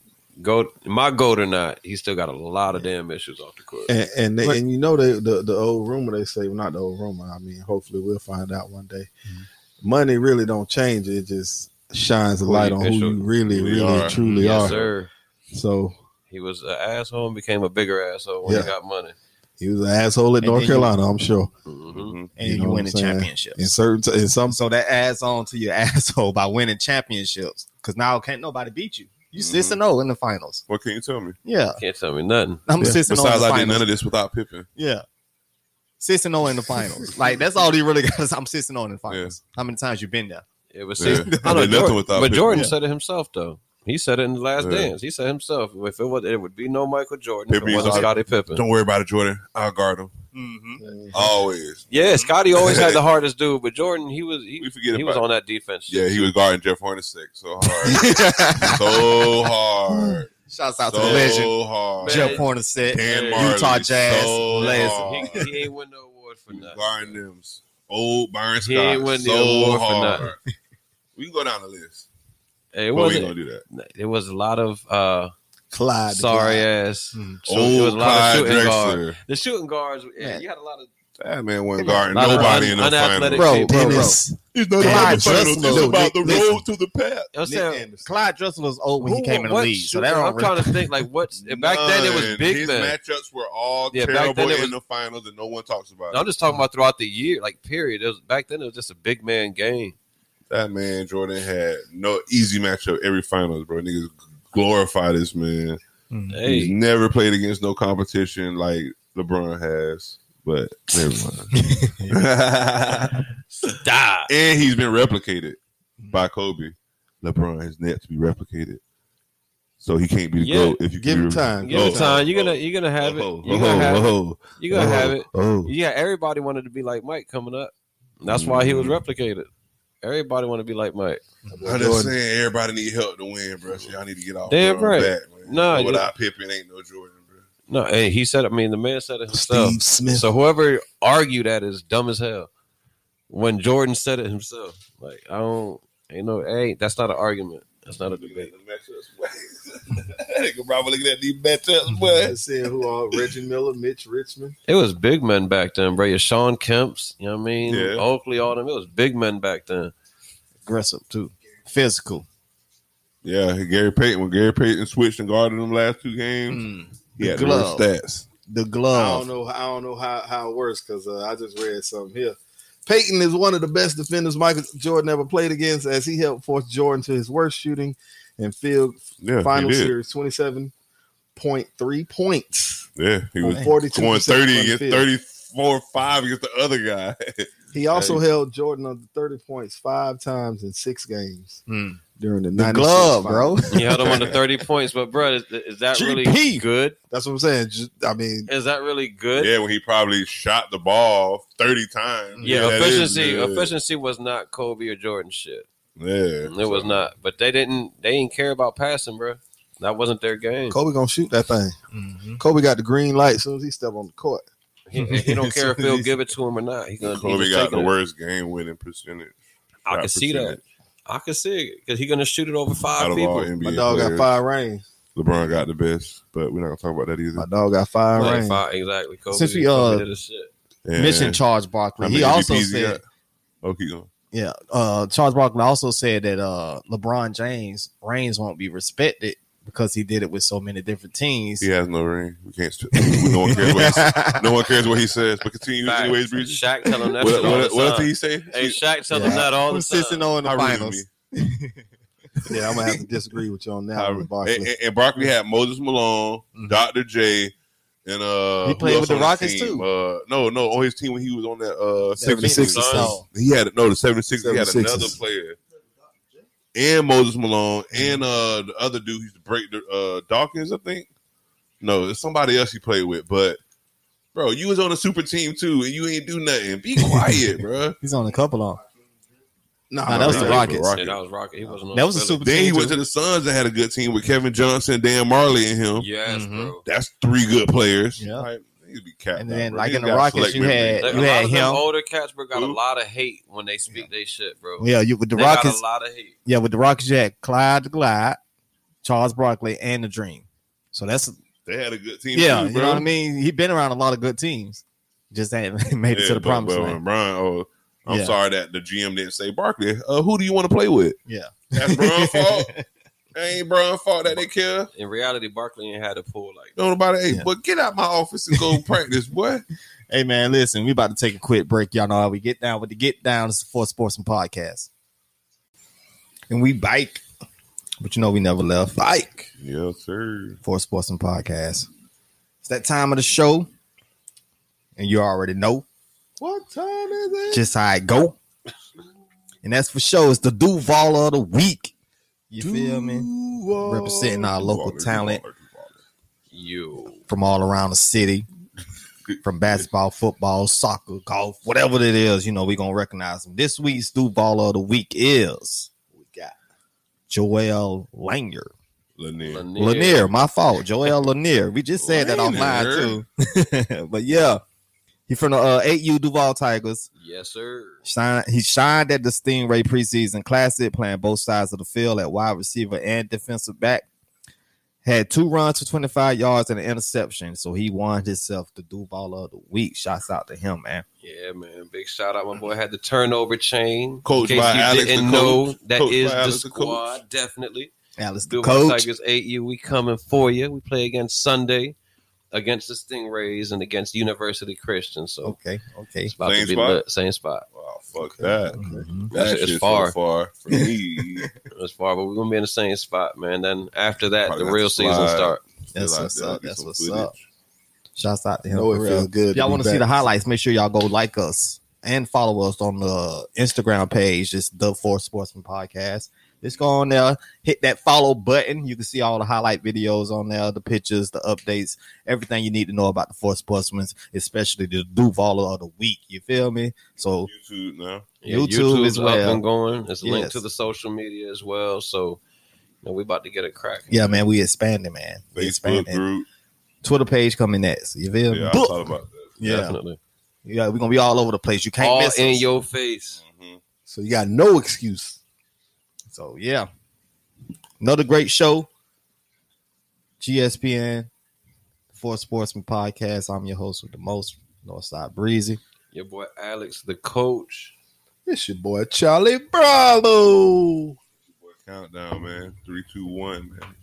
S3: go my goat or not, he still got a lot of damn issues off the court.
S5: and and, they, and you know the, the the old rumor they say, well, not the old rumor. I mean, hopefully we'll find out one day.
S3: Hmm.
S5: Money really don't change; it just shines a
S3: Who
S5: light
S3: you-
S5: on
S3: it
S5: who
S3: sure-
S5: you really,
S4: who you
S5: really,
S4: are.
S5: truly
S3: yes,
S5: are.
S3: sir.
S5: So
S3: He was an asshole and became a bigger asshole when
S5: Yeah.
S3: he got money.
S5: he was an asshole at
S1: And
S5: North
S1: then you-
S5: Carolina, I'm sure.
S3: Mhm.
S4: Mm-hmm.
S1: And
S5: You
S1: you,
S5: know what
S1: win the
S5: I'm saying?
S1: championship.
S5: In certain, t- in some,
S1: So that adds on to your [laughs] asshole by winning championships. Cause now can't nobody beat you. You six and zero in the finals.
S4: what can you tell me?
S1: Yeah,
S3: Can't tell me nothing.
S1: I'm
S5: Yeah.
S1: six and zero in
S4: Besides,
S1: the
S4: I did none
S1: finals.
S4: of this without Pippen.
S1: Yeah, six and zero in the finals. like that's all he really got. Is I'm six and zero in the finals. How many times you been there?
S3: It was
S4: Yeah.
S3: six. I
S4: [laughs] I
S3: know
S4: did nothing
S3: Jordan,
S4: without
S3: but
S4: Pippen.
S3: Jordan
S4: Yeah.
S3: said it himself though. He said it in the last
S4: Yeah.
S3: dance. He said himself, if it was, it would be no Michael Jordan.
S4: Pippen
S3: if it wasn't
S4: used to-
S3: Scottie Pippen.
S4: Don't worry about it, Jordan. I'll guard him
S1: Mm-hmm.
S4: always. [laughs]
S3: Yeah, Scotty always had the hardest dude, but Jordan, he was he,
S4: We forget
S3: he was
S4: about.
S3: on that defense.
S4: yeah, he was guarding Jeff Hornacek so hard, [laughs] so hard,
S1: Shouts out
S4: so
S1: to the legend
S4: hard.
S1: Jeff
S3: Man.
S1: Hornacek,
S4: Dan Marley,
S1: Utah Jazz
S4: so
S1: legend.
S4: hard.
S3: he, he ain't win no award for
S4: He was
S3: nothing.
S4: guarding them. Old Byron
S3: He ain't
S4: Scott,
S3: win the
S4: so
S3: award for
S4: hard.
S3: nothing.
S4: [laughs] We can go down the list.
S3: It
S4: But we ain't
S3: wasn't.
S4: gonna do that.
S3: It was a lot of uh,
S5: Clyde.
S3: sorry ass.
S1: Mm.
S3: shoot- it was a lot of
S4: Clyde
S3: shooting guards.
S4: Drexler.
S3: The shooting guards, yeah,
S1: Man.
S3: you had a lot of
S4: That man wasn't guarding
S3: Not
S4: nobody
S3: un-
S4: in the
S3: unathletic
S4: final.
S5: Bro,
S3: people, bro.
S5: Dennis.
S4: It's not
S5: Clyde
S4: about the finals.
S5: Drexler.
S4: It's about the
S5: Listen.
S4: road to the path.
S3: I'm saying,
S1: Clyde Dressel was old when he
S3: who-
S1: came in the
S3: what
S1: league, so
S3: shooter-
S1: that
S3: I'm
S1: don't really.
S3: trying to think like what's back then. It
S4: None.
S3: was big
S4: His
S3: man.
S4: matchups were all
S3: Yeah, back then
S4: terrible
S3: it
S4: in
S3: was-
S4: the finals, and no one talks about
S3: I'm
S4: it.
S3: just talking about throughout the year, like period. It was, back then, it was just a big man game.
S4: That man Jordan had no easy matchup every finals, bro. Niggas glorify this man.
S3: Mm-hmm.
S4: He's
S3: Hey,
S4: never played against no competition like LeBron has. But never mind.
S3: stop.
S4: and he's been replicated by Kobe. LeBron has yet to be replicated, so he can't be the
S3: Yeah.
S4: goat. If you
S5: Give
S4: can
S5: him
S4: be-
S5: time.
S3: Give it time. You're gonna you're gonna have
S4: Oh,
S3: it. You're gonna have it.
S4: oh,
S3: You're gonna have it.
S5: Oh,
S3: Yeah, everybody wanted to be like Mike coming up. That's why he was
S5: Mm.
S3: replicated. Everybody wanted to be like Mike.
S4: I'm just saying, everybody need help to win, bro. So y'all need to get off.
S3: Damn
S4: Jordan
S3: right.
S4: Back, man.
S3: Nah,
S4: But without Pippen, ain't no Jordan, bro.
S3: No, hey, he said. I mean, the man said it himself.
S5: Steve Smith.
S3: So whoever argued that is dumb as hell. When Jordan said it himself, like I don't, ain't no, hey, that's not an argument. That's not a
S4: Looking at
S3: debate.
S4: the matchups, boy.
S3: [laughs]
S4: That nigga probably looking at these matchups, boy.
S5: Seeing who all Reggie Miller, Mitch Richmond.
S3: It was big men back then, bro. Your Sean Kemps, you know what I mean?
S4: Yeah.
S3: Oakley, all them. It was big men back then.
S1: aggressive too, physical.
S4: Yeah, Gary Payton. When Gary Payton switched and guarded them last two games,
S3: Mm.
S4: he had the worst
S1: Glove.
S4: stats.
S1: The
S5: I don't
S1: glove.
S5: know. I don't know how, how it works because uh, I just read something here. Peyton is one of the best defenders Michael Jordan ever played against, as he helped force Jordan to his worst shooting and field
S4: Yeah, he
S5: final
S4: did.
S5: series twenty seven point three points.
S4: Yeah, he was
S5: Oh,
S4: going
S5: 42% from the
S4: 30 against
S5: field.
S4: 34 5 against the other guy. [laughs]
S5: He also held Jordan under thirty points five times in six games
S1: Mm.
S5: during the,
S1: The
S5: 96
S1: glove,
S5: finals.
S1: bro.
S3: He held him
S5: [laughs]
S3: under 30 points, but, bro, is, is that really
S1: GP.
S3: good?
S5: That's what I'm saying. Just, I mean,
S3: Is that really good?
S4: yeah, when he probably shot the ball 30 times.
S3: Yeah,
S4: that is
S3: efficiency
S4: good.
S3: efficiency was not Kobe or Jordan shit.
S4: Yeah.
S3: It was not. But they didn't they didn't care about passing, bro. That wasn't their game.
S5: Kobe gonna shoot that thing. Kobe got the green light as soon as he step on the court.
S3: He, he
S4: [laughs]
S3: don't care if he'll give it to him or not. He gonna, he
S4: Kobe
S3: just
S4: got
S3: taking
S4: the
S3: it.
S4: worst game winning percentage.
S3: I can
S4: shot
S3: see that.
S4: percentage
S3: I can see it because he's gonna shoot it over
S4: Out
S3: five
S4: of
S3: people.
S4: all NBA
S5: My dog got
S4: players,
S5: five rings.
S4: LeBron got the best, but we're not going to talk about that
S5: My
S4: either.
S5: dog got five
S3: Like,
S5: rings.
S3: five- exactly. Kobe,
S1: Since we,
S3: Kobe
S1: uh,
S3: did his shit.
S4: And
S1: Mission charge
S4: how
S1: Barkley.
S4: many
S1: He also
S4: MVPs he
S1: said,
S4: got? Oh, keep going.
S1: yeah, uh, Charles Barkley also said that uh, LeBron James reigns won't be respected because he did it with so many different teams.
S4: He has no ring. We
S1: [laughs]
S4: can't. st- No one cares what he says. No one cares what he says. But continue
S3: Facts.
S4: anyways, Breezy.
S3: Shaq tell him that
S4: What,
S3: shit all
S4: what,
S3: the
S4: what else
S3: time.
S4: did he say?
S3: Hey, Shaq tell
S1: Yeah.
S3: him that all the
S1: Who's
S3: time.
S1: six and oh in the
S4: I really
S1: finals.
S5: Yeah, I'm gonna have to disagree with you on that.
S4: I-
S5: one, Barkley.
S4: And, and, and Barkley had Moses Malone,
S1: Mhm.
S4: Dr. J, and uh,
S1: He
S4: who
S1: played
S4: else
S1: with the
S4: on his
S1: Rockets,
S4: team?
S1: too.
S4: Uh, no, no, on his team when he was on that uh,
S5: 76ers.
S4: 76 He had no the 76 He had
S5: 76ers.
S4: another player, and Moses Malone, and uh, the other dude who used to break the uh, Dawkins, I think. No, it's somebody else he played with, but. Bro, you was on a super team too, and you ain't do nothing. Be
S1: [laughs]
S4: quiet, bro.
S1: He's on a couple of. 'em.
S5: Nah,
S1: Nah, that was
S5: nah,
S1: the
S5: nah.
S1: Rockets.
S3: Yeah, that was Rocket. He wasn't on
S1: That was a
S3: Philly.
S1: super
S4: Then he
S1: team.
S4: went
S1: too.
S4: to the Suns and had a good team with Kevin Johnson, Dan Marley, and him.
S3: Yes,
S4: Mm-hmm.
S1: Mhm.
S3: bro.
S4: that's three good players.
S1: Yeah.
S4: Like, these be capped
S1: And then,
S4: out, bro.
S1: like,
S4: These
S1: in the
S4: guys
S1: Rockets,
S4: select
S1: you
S4: memory.
S1: had-
S3: Like,
S1: You
S3: a lot of them
S1: him.
S3: older cats, bro, got a
S4: Who?
S3: lot of hate when they speak they shit, bro.
S1: Yeah, you with the
S3: they
S1: Rockets.
S3: got a lot of hate.
S1: Yeah, with the Rockets, you had Clyde the Glide, Charles Barkley, and the Dream. So that's
S4: they had a good team.
S1: yeah,
S4: too,
S1: you
S4: bro.
S1: know what I mean. He been around a lot of good teams, just ain't [laughs] made it
S4: Yeah,
S1: to the
S4: but-
S1: promised
S4: but
S1: land.
S4: when Bron- oh, I'm
S1: Yeah.
S4: sorry that the GM didn't say Barkley. Uh, who do you want to play with?
S1: Yeah.
S4: that's Bron's
S6: [laughs]
S4: fault. That ain't Bron's fault that they care.
S3: In reality, Barkley ain't had a pool like that.
S4: Don't nobody. Hey,
S1: Yeah.
S4: but get out my office and
S6: [laughs]
S4: go practice, boy.
S1: Hey man, listen, we about to take a quick break. Y'all know how we get down with the get down. This is for sports and podcast, and we bike, but you know we never left. Bike.
S4: Yes, sir.
S1: for Sports and Podcast. It's that time of the show, and you already know
S5: What time is it?
S1: just how it go. And that's for sure. It's the Duval of the week. You feel me?
S5: Duval.
S1: Representing our local
S4: Baller,
S1: talent
S4: baller, baller.
S3: You.
S1: from all around the [laughs] city, from basketball, football, soccer, golf, whatever it is. You know, we're gonna recognize them. This week's Duval of the week is
S5: We got
S1: Joel Lanier.
S4: Lanier.
S3: Lanier.
S1: Lanier, my fault. Joel Lanier. We just said that online [laughs] too. but yeah, he from the uh, 8U Duval Tigers.
S3: Yes, sir.
S1: Shine, he shined at the Stingray preseason classic, playing both sides of the field at wide receiver and defensive back.
S6: Had two runs for 25 yards and an interception. So he won himself the do baller of the week. Shouts out to him, man.
S3: Yeah, man. Big shout out. My boy had the turnover chain.
S4: Coached
S3: In case
S4: by
S3: you
S4: Alex the
S3: didn't
S4: coach.
S3: know, that
S4: Coached
S3: is
S4: by
S3: the
S4: Alex the coach.
S3: squad. Definitely.
S6: Alice the
S3: Bill
S6: coach.
S3: Tigers 8U. We coming for you. We play against Sunday, against the Stingrays, and against University Christian. So
S6: Okay, okay.
S3: it's about
S4: Same
S3: to be
S4: spot?
S3: lit. Same spot.
S4: Wow, Oh, fuck that.
S6: Mhm.
S4: That
S3: It's
S4: shit's
S3: far.
S4: far. far for me.
S3: As far, but we're gonna be in the same spot, man. Then after that,
S4: Probably
S3: the
S4: got
S3: real
S4: to
S3: season
S4: slide.
S3: start.
S6: That's
S4: Feel like
S6: what's
S4: that'll
S6: up.
S4: be
S6: That's
S4: some
S6: what's
S4: footage.
S6: up. Shouts out to him. for
S5: know it
S6: real.
S5: feels good.
S6: If y'all want
S5: to
S6: to
S5: be
S6: see the
S5: back.
S6: highlights, make sure y'all go like us and follow us on the Instagram page. It's the Four Sportsman Podcast. Just go on there, hit that follow button. You can see all the highlight videos on there, the pictures, the updates, everything you need to know about the Four Sportsmen, especially the Duval of the week. You feel me? So
S4: YouTube now.
S3: Yeah,
S6: YouTube
S3: YouTube's
S6: as well.
S3: up and going. It's linked
S6: Yes.
S3: to the social media as well. So you know, we about to get it cracking.
S6: yeah, man, we expanding, man. We
S4: Facebook
S6: expanding.
S4: group.
S6: Twitter page coming next. You feel me?
S4: Yeah, I
S6: Book.
S4: thought about that.
S6: Yeah,
S3: Definitely.
S6: yeah, we're gonna be all over the place. You can't
S3: All
S6: miss
S3: in
S6: us.
S3: your face.
S4: hmm
S5: So you got no excuse.
S6: So yeah, another great show. GSPN, Four Sportsman Podcast. I'm your host with the most, Northside Breezy.
S3: Your boy Alex, the coach.
S5: It's your boy Charlie Bravo.
S4: Countdown, man. Three, two, one, man.